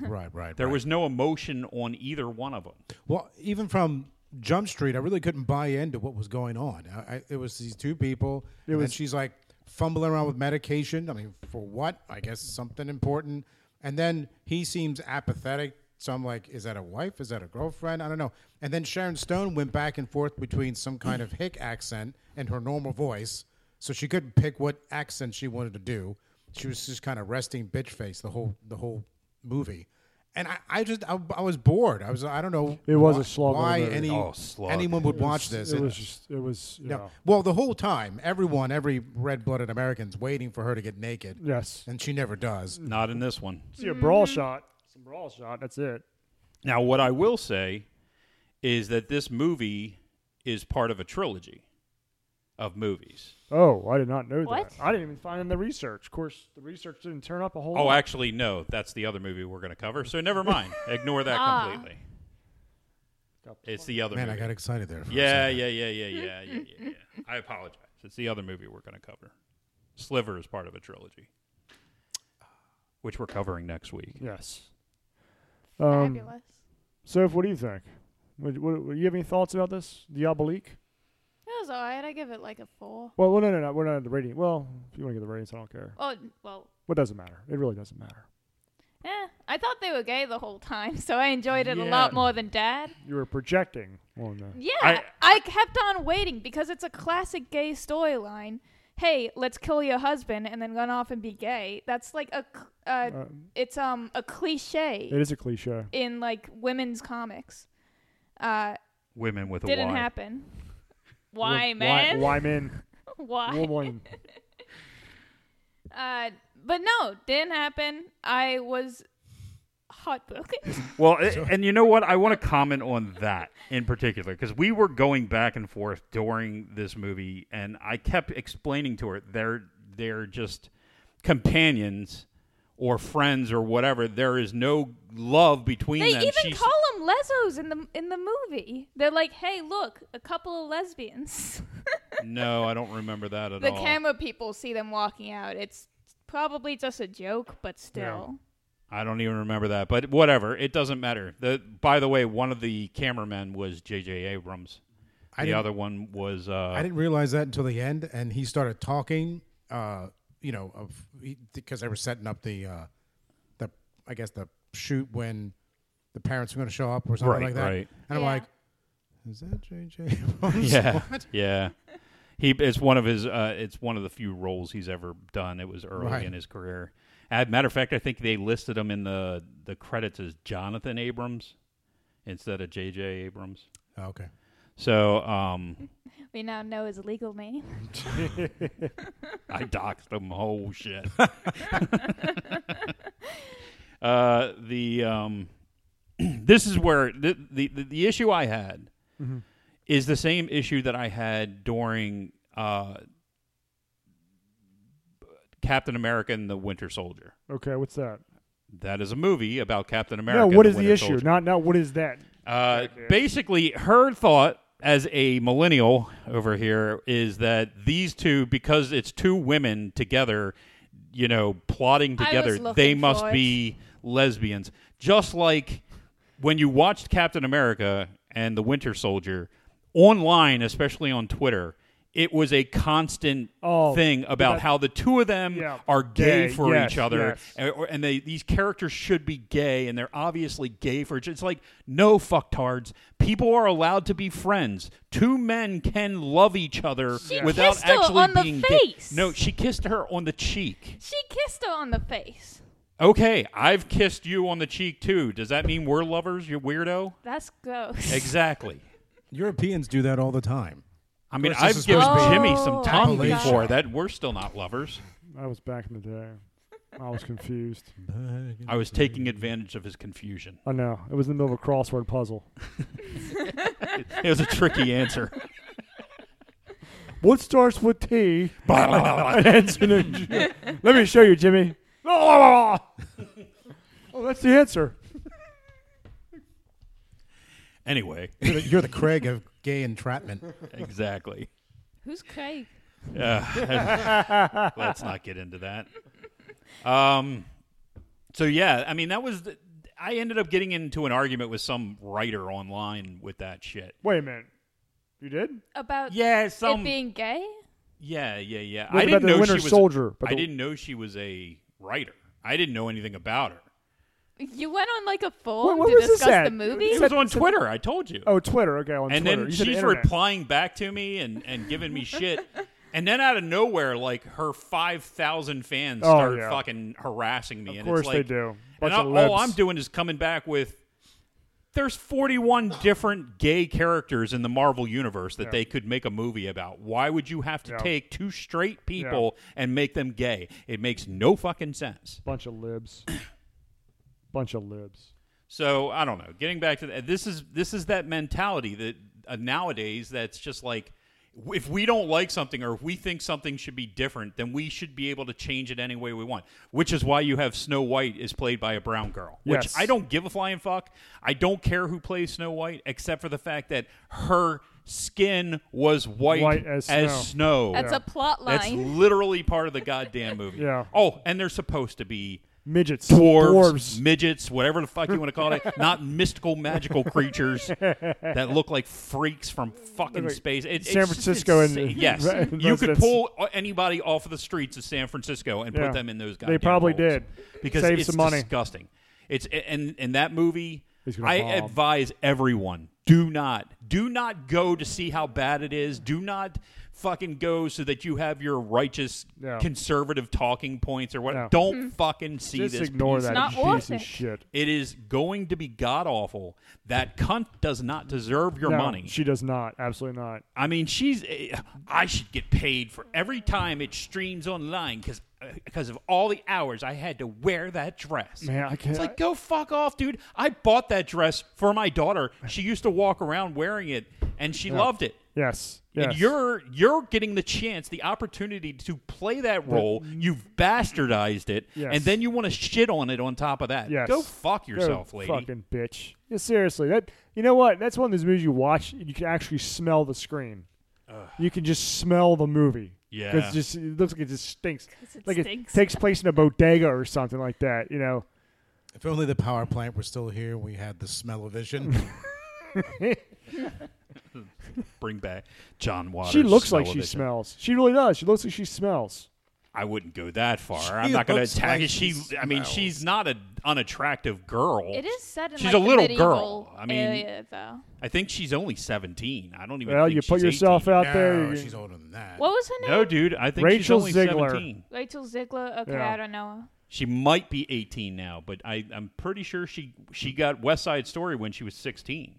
S4: right, right.
S3: There
S4: right.
S3: was no emotion on either one of them.
S4: Well, even from Jump Street, I really couldn't buy into what was going on. I, I, it was these two people, and then
S2: was-
S4: she's like fumbling around with medication. I mean, for what? I guess something important. And then he seems apathetic. So I'm like, is that a wife? Is that a girlfriend? I don't know. And then Sharon Stone went back and forth between some kind of hick accent and her normal voice, so she couldn't pick what accent she wanted to do. She was just kind of resting bitch face the whole the whole movie, and I, I just I, I was bored. I was I don't know
S2: It was
S4: why-
S2: a slog of a
S4: Why
S2: movie.
S4: any
S3: Oh, slog.
S4: anyone would watch
S2: It
S4: this?
S2: was,
S4: It-
S2: just, it was, you
S4: no.
S2: know.
S4: Well, the whole time, everyone, every red-blooded American's waiting for her to get naked,
S2: Yes.
S4: and she never does.
S3: Not in this one.
S2: See a brawl
S1: Mm-hmm.
S2: shot. Some brawl shot. That's it.
S3: Now, what I will say is that this movie is part of a trilogy of movies.
S2: Oh, I did not know
S1: What?
S2: that. I didn't even find in the research. Of course, the research didn't turn up a whole
S3: Oh,
S2: lot.
S3: actually, no. That's the other movie we're going to cover. So never mind. Ignore that
S1: Ah.
S3: completely. It's the other
S4: Man, I
S3: movie.
S4: got excited there. For a
S3: yeah,
S4: second.
S3: yeah, yeah, yeah, yeah, yeah, yeah, yeah. I apologize. It's the other movie we're going to cover. Sliver is part of a trilogy, which we're covering next week.
S2: Yes. Um,
S1: Fabulous.
S2: Soph, what do you think? Would, would, would you have any thoughts about this Diabolique?
S1: It was alright. I give it like a four.
S2: Well, well, no, no, no. We're not at the rating. Well, if you want to get the ratings, I don't care.
S1: Oh well,
S2: What does it matter? It really doesn't matter.
S1: yeah. I thought they were gay the whole time, so I enjoyed it a lot
S3: Yeah.
S1: more than Dad.
S2: You were projecting on the.
S1: Yeah, I,
S3: I-
S1: kept on waiting because it's a classic gay storyline. Hey, let's kill your husband and then run off and be gay. That's like a, c- uh,
S2: Uh,
S1: it's um a cliche
S2: it is a cliche.
S1: in like women's comics. Uh,
S3: Women with a
S1: didn't
S3: Y.
S1: happen. Why,
S2: Why-
S1: man?
S2: Why, men?
S1: Why?
S2: Woman.
S1: Uh, but no, didn't happen. I was heartbroken.
S3: Well, a- and you know what? I want to comment on that in particular because we were going back and forth during this movie, and I kept explaining to her they're they're just companions or friends or whatever. There is no love between
S1: they
S3: them.
S1: even
S3: She's-
S1: call them lesos in the in the movie. They're like, "Hey, look, a couple of lesbians."
S3: no, I don't remember that at
S1: the
S3: all.
S1: camera people see them walking out. It's probably just a joke, but still.
S3: I don't even remember that, but whatever. It doesn't matter. The by the way, one of the cameramen was J.J. Abrams.
S4: I
S3: the
S4: didn't-
S3: other one was uh,
S4: I didn't realize that until the end, and he started talking. Uh, you know, of he- because they were setting up the, uh, the I guess the shoot when the parents were going to show up or something
S3: Right,
S4: like that.
S3: right.
S4: And I'm
S1: Yeah.
S4: like, is that JJ?
S3: yeah, yeah. He it's one of his uh, it's one of the few roles he's ever done. It was early
S4: Right.
S3: in his career. As a matter of fact, I think they listed him in the the credits as Jonathan Abrams instead of J.J. Abrams.
S4: Oh, okay.
S3: So um,
S1: We now know his legal name.
S3: I doxed him. Oh shit. Uh, the um, this is where the, the the the issue I had
S2: Mm-hmm.
S3: is the same issue that I had during uh, Captain America and the Winter Soldier.
S2: Okay, what's that?
S3: That is a movie about Captain America.
S2: no, what
S3: and
S2: is
S3: the
S2: the
S3: Winter
S2: issue?
S3: Soldier.
S2: Not not what is that?
S3: Uh, basically, her thought as a millennial over here is that these two, because it's two women together, you know, plotting
S1: I was
S3: together,
S1: looking
S3: they must
S1: for it.
S3: be lesbians. Just like when you watched Captain America and the Winter Soldier online, especially on Twitter. It was a constant
S2: Oh,
S3: thing about
S2: that-
S3: how the two of them
S2: Yeah.
S3: are
S2: Gay,
S3: gay for
S2: yes,
S3: each other
S2: yes.
S3: and, or- and they these characters should be gay, and they're obviously gay for each. It's like no fucktards. People are allowed to be friends. Two men can love each other
S1: She
S3: without
S1: kissed her
S3: actually
S1: on the
S3: being gay.
S1: face.
S3: No, she kissed her on the cheek.
S1: She kissed her on the face.
S3: Okay, I've kissed you on the cheek too. Does that mean we're lovers? You weirdo.
S1: That's gross.
S3: Exactly.
S4: Europeans do that all the time.
S3: I mean,
S4: Of course,
S3: I've
S4: this
S3: given
S1: is supposed to be-
S3: Jimmy some
S1: Oh,
S3: tongue
S4: Appalachia.
S3: before. That we're still not lovers.
S2: That was back in the day. I was confused.
S3: I was taking advantage of his confusion.
S2: I know. It was in the middle of a crossword puzzle.
S3: It was a tricky answer.
S2: What starts with T and ends in a G? Let me show you, Jimmy. oh, that's the answer.
S3: Anyway,
S4: You're the, you're the Craig of gay entrapment.
S3: exactly.
S1: Who's Craig?
S3: Uh, let's not get into that. Um, so yeah, I mean that was. The, I ended up getting into an argument with some writer online with that shit.
S2: Wait a minute. You did?
S1: About
S3: Yeah,
S1: it
S3: some.
S1: being gay?
S3: yeah, yeah, yeah.
S2: What about
S3: I didn't
S2: the
S3: know
S2: Winter
S3: she was.
S2: Soldier? But
S3: I
S2: the-
S3: didn't know she was a writer. I didn't know anything about her.
S1: You went on like a forum
S2: What- what
S1: to
S2: was this
S1: discuss
S2: at?
S1: the movie?
S3: It was
S2: Said-
S3: on
S2: said-
S3: Twitter. I told you.
S2: Oh, Twitter. Okay, on
S3: and
S2: Twitter.
S3: then
S2: you said
S3: she's
S2: internet.
S3: replying back to me and and giving me shit. And then out of nowhere, like her five thousand fans
S2: Oh,
S3: start
S2: yeah.
S3: fucking harassing me.
S2: Of
S3: and
S2: course
S3: it's like,
S2: they do.
S3: And
S2: Bunch
S3: I,
S2: of
S3: all
S2: libs.
S3: I'm doing is coming back with there's 41 different gay characters in the Marvel universe that they could make a movie about. Why would you have to
S2: Yeah.
S3: take two straight people and make them gay? It makes no fucking sense.
S2: Bunch of libs. Bunch of libs.
S3: So I don't know. Getting back to that, this is this is that mentality that uh, nowadays that's just like w- if we don't like something or if we think something should be different, then we should be able to change it any way we want. Which is why you have Snow White is played by a brown girl. Which
S2: Yes.
S3: I don't give a flying fuck. I don't care who plays Snow White, except for the fact that her skin was white,
S2: White as
S3: snow.
S1: That's a plot
S3: That's
S1: line.
S3: literally part of the goddamn movie.
S2: Yeah.
S3: Oh, and they're supposed to be
S2: Midgets.
S3: dwarves, midgets, whatever the fuck you want to call it, not mystical, magical creatures that look like freaks from fucking
S2: like
S3: space. It-
S2: San
S3: it's just
S2: Francisco and-
S3: insane. yes,
S2: right,
S3: you
S2: those-
S3: could
S2: that's-
S3: pull anybody off of the streets of San Francisco and
S2: Yeah.
S3: put them in those guys.
S2: They probably did.
S3: because
S2: Save
S3: it's
S2: some money.
S3: disgusting. It's and and that movie.
S2: It's gonna
S3: I
S2: bomb.
S3: advise everyone do not do not go to see how bad it is. Do not fucking go so that you have your righteous
S2: Yeah.
S3: conservative talking points or what.
S2: No.
S3: Don't fucking see
S2: Just
S3: this.
S2: ignore
S3: piece
S2: that
S1: not
S2: piece
S1: worth
S2: of
S1: it.
S2: shit.
S3: it is going to be god awful. That cunt does not deserve your
S2: No,
S3: money.
S2: She does not. Absolutely not.
S3: I mean, she's. eh, I should get paid for every time it streams online because of all the hours I had to wear that dress.
S2: Man, I can't.
S3: It's like go fuck off, dude. I bought that dress for my daughter. She used to walk around wearing it, and she loved it.
S2: yes.
S3: And
S2: yes.
S3: you're you're getting the chance, the opportunity to play that role. You've bastardized it,
S2: Yes.
S3: and then you want to shit on it on top of that.
S2: Yes.
S3: Go fuck
S2: Go
S3: yourself, lady.
S2: Fucking bitch. Yeah, seriously. That you know what? That's one of those movies you watch. and You can actually smell the screen. You can just smell the movie. 'Cause
S3: Yeah.
S2: it's just it looks like it just stinks.
S1: 'Cause it
S2: like
S1: stinks.
S2: it takes place in a bodega or something like that. You know.
S4: If only the power plant were still here, we had the smell of vision.
S3: Bring back John Waters.
S2: she looks like
S3: smell
S2: she
S3: of it.
S2: smells. She really does. She looks like she smells.
S3: I wouldn't go that far. I'm not going to
S4: looks
S3: attack.
S4: like
S3: it. she,
S4: she
S3: I mean,
S4: smells.
S3: she's not an unattractive girl.
S1: It is set in
S3: She's
S1: like,
S3: a
S1: the
S3: little
S1: medieval
S3: girl. I mean,
S1: area, though.
S3: I think she's only 17. I don't even.
S2: Well,
S3: think
S2: you put
S3: she's
S2: yourself
S3: 18.
S2: out there.
S4: no,
S2: you-
S4: she's older than that.
S1: What was her name?
S3: No, dude. I think
S2: Rachel
S3: she's only
S2: Ziegler.
S3: 17.
S1: Rachel Ziegler. Okay,
S2: Yeah.
S1: I don't know. her.
S3: She might be 18 now, but I, I'm pretty sure she she got West Side Story when she was 16.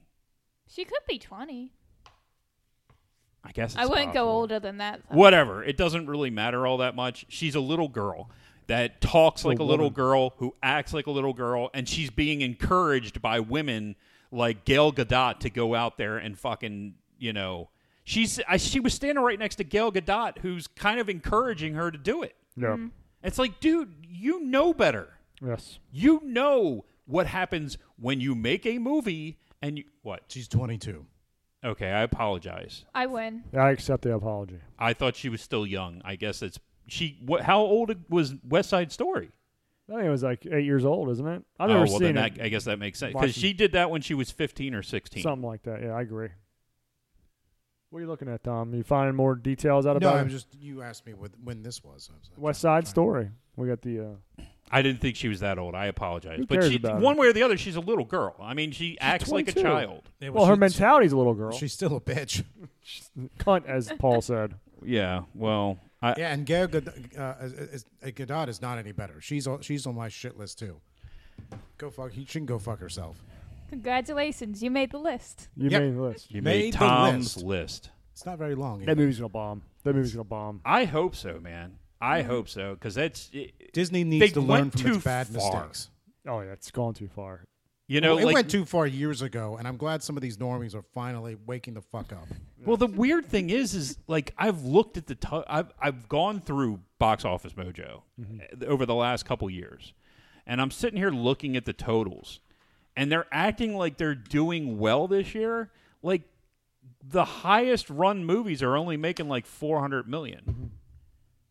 S1: She could be twenty.
S3: I guess it's
S1: I wouldn't go
S3: possible.
S1: older than that. Though.
S3: Whatever. It doesn't really matter all that much. She's a little girl. that talks like a, little
S2: woman.
S3: girl, who acts like a little girl, and she's being encouraged by women like Gail Gadot to go out there and fucking, you know, she's I, she was standing right next to Gail Gadot, who's kind of encouraging her to do it.
S2: Yeah.
S1: Mm-hmm.
S3: It's like, dude, you know better.
S2: Yes.
S3: You know what happens when you make a movie and you what?
S4: She's 22.
S3: Okay, I apologize.
S1: I win.
S2: I accept the apology.
S3: I thought she was still young. I guess it's she. What? How old was West Side Story?
S2: I think it was like eight years old, isn't it? I've
S3: oh,
S2: never
S3: well,
S2: seen
S3: then
S2: it.
S3: That, I guess that makes sense because
S2: Watching-
S3: she did that when she was fifteen or sixteen.
S2: Something like that. Yeah, I agree. What are you looking at, Tom? You finding more details out
S4: No,
S2: about
S4: I'm
S2: it?
S4: just you asked me what, when this was. I was- I'm
S2: West
S4: trying-
S2: Side Story? We got the. Uh,
S3: I didn't think she was that old. I apologize,
S2: Who
S3: but
S2: cares
S3: she,
S2: about
S3: one way or the other, she's a little girl. I mean, she acts like a
S2: 22.
S3: child.
S4: Yeah,
S2: well, her
S4: she-
S2: mentality's a little girl.
S4: She's still a bitch.
S2: cunt, as Paul said.
S3: Yeah. Well, I,
S4: Yeah, and Gail Gadot, uh, is, is, uh, Gadot is not any better. She's on, she's on my shit list too. Go fuck. She can go fuck herself.
S1: Congratulations, you made the list.
S2: You
S4: Yep.
S2: made the list.
S3: you
S4: Made
S3: made
S4: the
S3: Tom's
S4: list.
S3: list.
S4: It's not very long.
S2: That
S4: either.
S2: movie's gonna bomb. That movie's gonna bomb.
S3: I hope so, man. I
S2: Mm-hmm.
S3: hope so because that's it-
S4: Disney
S3: They
S4: needs to learn
S3: went
S4: from
S3: too
S4: its bad
S3: far.
S4: mistakes.
S2: Oh yeah, it's gone too far.
S3: you know
S4: it
S3: like
S4: went too far years ago, and I'm glad some of these normies are finally waking the fuck up.
S3: Well, the weird thing is, is like I've looked at the i I've I've gone through Box Office Mojo
S2: Mm-hmm.
S3: uh, over the last couple years, and I'm sitting here looking at the totals, and they're acting like they're doing well this year. Like the highest run movies are only making like 400 million.
S2: Mm-hmm.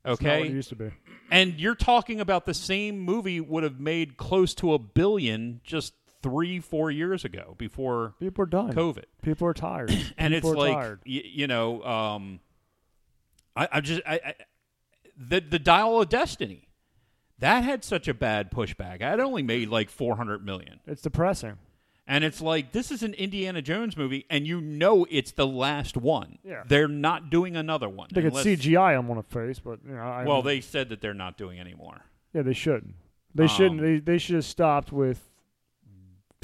S2: It's not what
S3: Okay,
S2: it used to be.
S3: and you're talking about the same movie would have made close to a billion just three, four years ago before
S2: People are done.
S3: COVID
S2: People are tired.
S3: and it's
S2: People are
S3: like y-
S2: tired.
S3: you know um i i just I, I the the dial of destiny that had such a bad pushback i had only made like 400 million
S2: it's depressing.
S3: and it's like this is an indiana jones movie and you know it's the last one
S2: Yeah.
S3: they're not doing another one
S2: They could
S3: unless-
S2: CGI them on a face, but you know, I
S3: well they said that they're not doing anymore
S2: yeah, they shouldn't. They
S3: Um,
S2: shouldn't. They they should have stopped with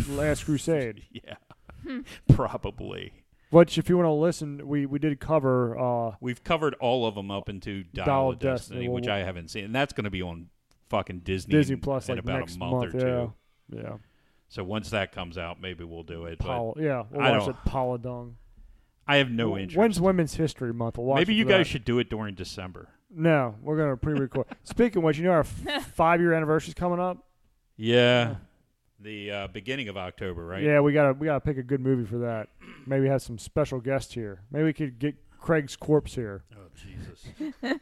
S2: Last Crusade.
S3: yeah probably
S2: Which, if you want to listen, we we did cover. uh
S3: we've covered all of them up into dial,
S2: Dial
S3: of
S2: of
S3: destiny,
S2: Destiny, well,
S3: which i haven't seen and that's going to be on fucking disney
S2: Disney
S3: in-
S2: Plus
S3: in
S2: like
S3: about
S2: next
S3: a month, or two
S2: Yeah, yeah.
S3: So once that comes out, maybe we'll do it. But
S2: Paul, yeah, we'll
S3: I
S2: watch
S3: don't-
S2: it. Paula Dung.
S3: I have no interest.
S2: When's Women's History Month? We'll watch
S3: maybe
S2: it
S3: you
S2: for
S3: guys
S2: that.
S3: should do it during December.
S2: No, we're gonna pre-record. Speaking of which, you know our f- five-year anniversary's coming up.
S3: Yeah, the uh, beginning of October, right?
S2: Yeah, we gotta we gotta pick a good movie for that. Maybe have some special guests here. Maybe we could get Craig's corpse here.
S3: Oh Jesus.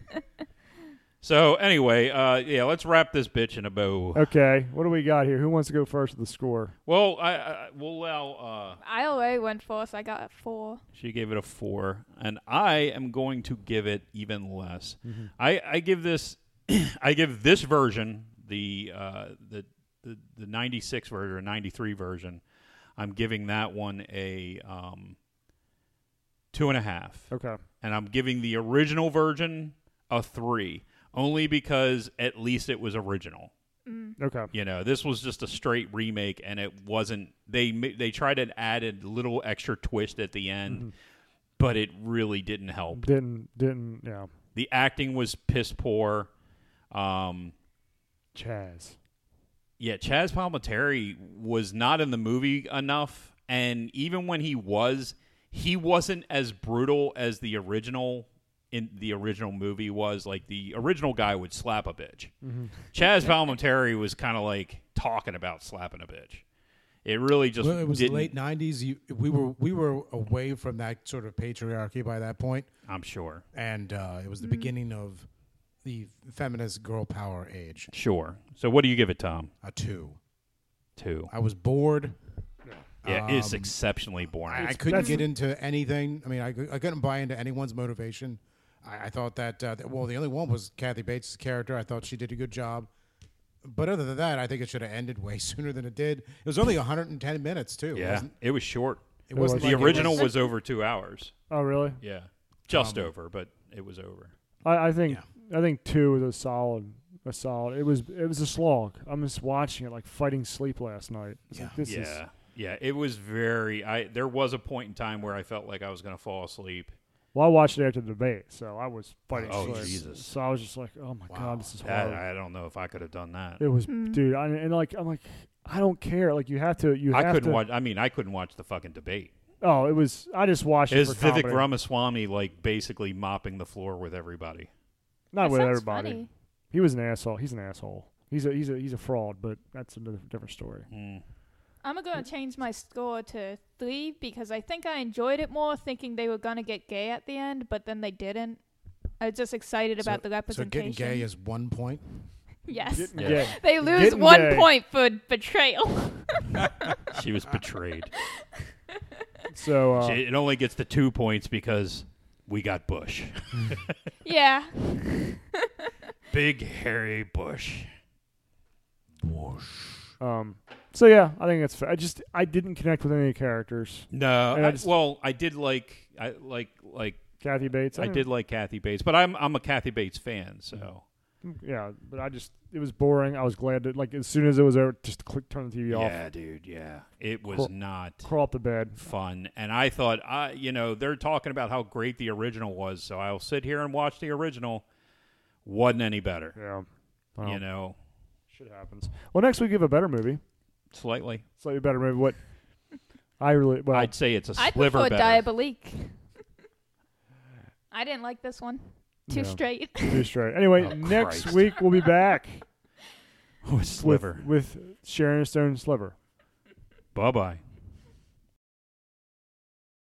S3: so anyway, uh, yeah, let's wrap this bitch in a bow.
S2: Okay, what do we got here? Who wants to go first with the score?
S3: Well, I, I we'll allow. Uh,
S1: I already went four, so I got a four.
S3: she gave it a four, and I am going to give it even less. I, I give this, I give this version the uh, the the the ninety six version or ninety three version. I'm giving that one a um, two and a half
S2: Okay,
S3: and I'm giving the original version a three, only because at least it was original.
S2: okay,
S3: You know, this was just a straight remake, and it wasn't. They ma- they tried to add a little extra twist at the end, but it really didn't help.
S2: didn't didn't yeah,
S3: The acting was piss poor. Um,
S2: Chaz.
S3: yeah, Chaz Palminteri was not in the movie enough, and even when he was, he wasn't as brutal as the original in the original movie was. Like the original guy would slap a bitch.
S4: Mm-hmm.
S3: Chaz Palminteri was kind of like talking about slapping a bitch. It really just
S4: Well, it was the
S3: didn't.
S4: late '90s. You, we were we were away from that sort of patriarchy by that point,
S3: I'm sure,
S4: and uh, it was the beginning of the feminist girl power age.
S3: sure. So what do you give it, Tom?
S4: A two.
S3: Two.
S4: I was bored.
S3: Yeah, it's exceptionally boring.
S4: Um, I, I
S3: It's-
S4: couldn't
S2: that's-
S4: get into anything. I mean, I, cou- I couldn't buy into anyone's motivation. I, I thought that, uh, that- well, the only one was Kathy Bates' character. I thought she did a good job. But other than that, I think it should have ended way sooner than it did. It was only 110 minutes, too. It
S3: yeah,
S4: wasn't,
S3: it was short.
S4: it wasn't
S2: was-
S3: The
S4: like it
S3: original
S4: was- Um,
S3: was over two hours.
S2: Oh really?
S3: Yeah, just over, but it was over.
S2: I, I think I think two was a solid a solid. It was it was a slog. I'm just watching it like fighting sleep last night. It's like,
S4: Yeah.
S2: this
S3: yeah,
S2: is
S3: yeah. It was very. I there was a point in time where I felt like I was going to fall asleep,
S2: Well, I watched it after the debate, so I was fighting
S3: Oh,
S2: sleep.
S3: Jesus.
S2: So I was just like, oh my
S4: Wow.
S2: god, this is
S3: That,
S2: horrible.
S3: I don't know if I could have done that.
S2: it was,
S1: Mm.
S2: dude, I, and like I'm like, I don't care. Like you have to, you
S3: I
S2: have
S3: couldn't
S2: to.
S3: watch. I mean, I couldn't watch the fucking debate.
S2: Oh, it was. I just watched
S3: Is
S2: it for
S3: Vivek
S2: comedy.
S3: Ramaswamy like basically mopping the floor with everybody?
S2: Not
S1: That
S2: with
S1: sounds
S2: everybody.
S1: funny.
S2: He was an asshole. He's an asshole. He's a he's a he's a fraud. But that's another different story.
S3: Mm.
S1: I'm gonna change my score to three because I think I enjoyed it more, thinking they were gonna get gay at the end, but then they didn't. I was just excited about the
S4: So getting
S1: representation.
S4: gay is one point.
S1: yes,
S2: Getting
S3: Yeah.
S2: gay.
S1: they lose
S2: Getting
S1: one
S2: gay.
S1: point for betrayal.
S3: She was betrayed.
S2: So uh,
S3: She- it only gets the two points because we got Bush,
S1: yeah,
S3: big hairy Bush.
S2: um, so yeah, I think that's. Fair. I just I didn't connect with any of the characters.
S3: No,
S2: And I
S3: I-
S2: just-
S3: well, I did like I like like
S2: Kathy Bates. eh,
S3: I
S2: don't-
S3: did like Kathy Bates, but I'm I'm a Kathy Bates fan,
S2: Mm-hmm.
S3: so
S2: mm, Yeah, but I just it was boring. I was glad that like as soon as it was over, just click turn the TV off,
S3: yeah, dude, yeah, it was
S2: Cool.
S3: not
S2: crawl up to bed.
S3: fun, and I thought I you know they're talking about how great the original was, so I'll sit here and watch the original. Wasn't any better,
S2: Yeah, well,
S3: you know,
S2: shit happens. Well, next we give a better movie,
S3: slightly.
S2: slightly better movie. What I really well,
S3: I'd say it's a
S1: I
S3: sliver
S1: prefer
S3: better.
S1: Diabolique. I didn't like this one. Too
S2: Yeah.
S1: straight.
S2: too straight. Anyway,
S3: Oh,
S2: next
S3: Christ.
S2: week we'll be back
S3: Oh, a sliver.
S2: with with Sharon Stone Sliver.
S3: Bye bye.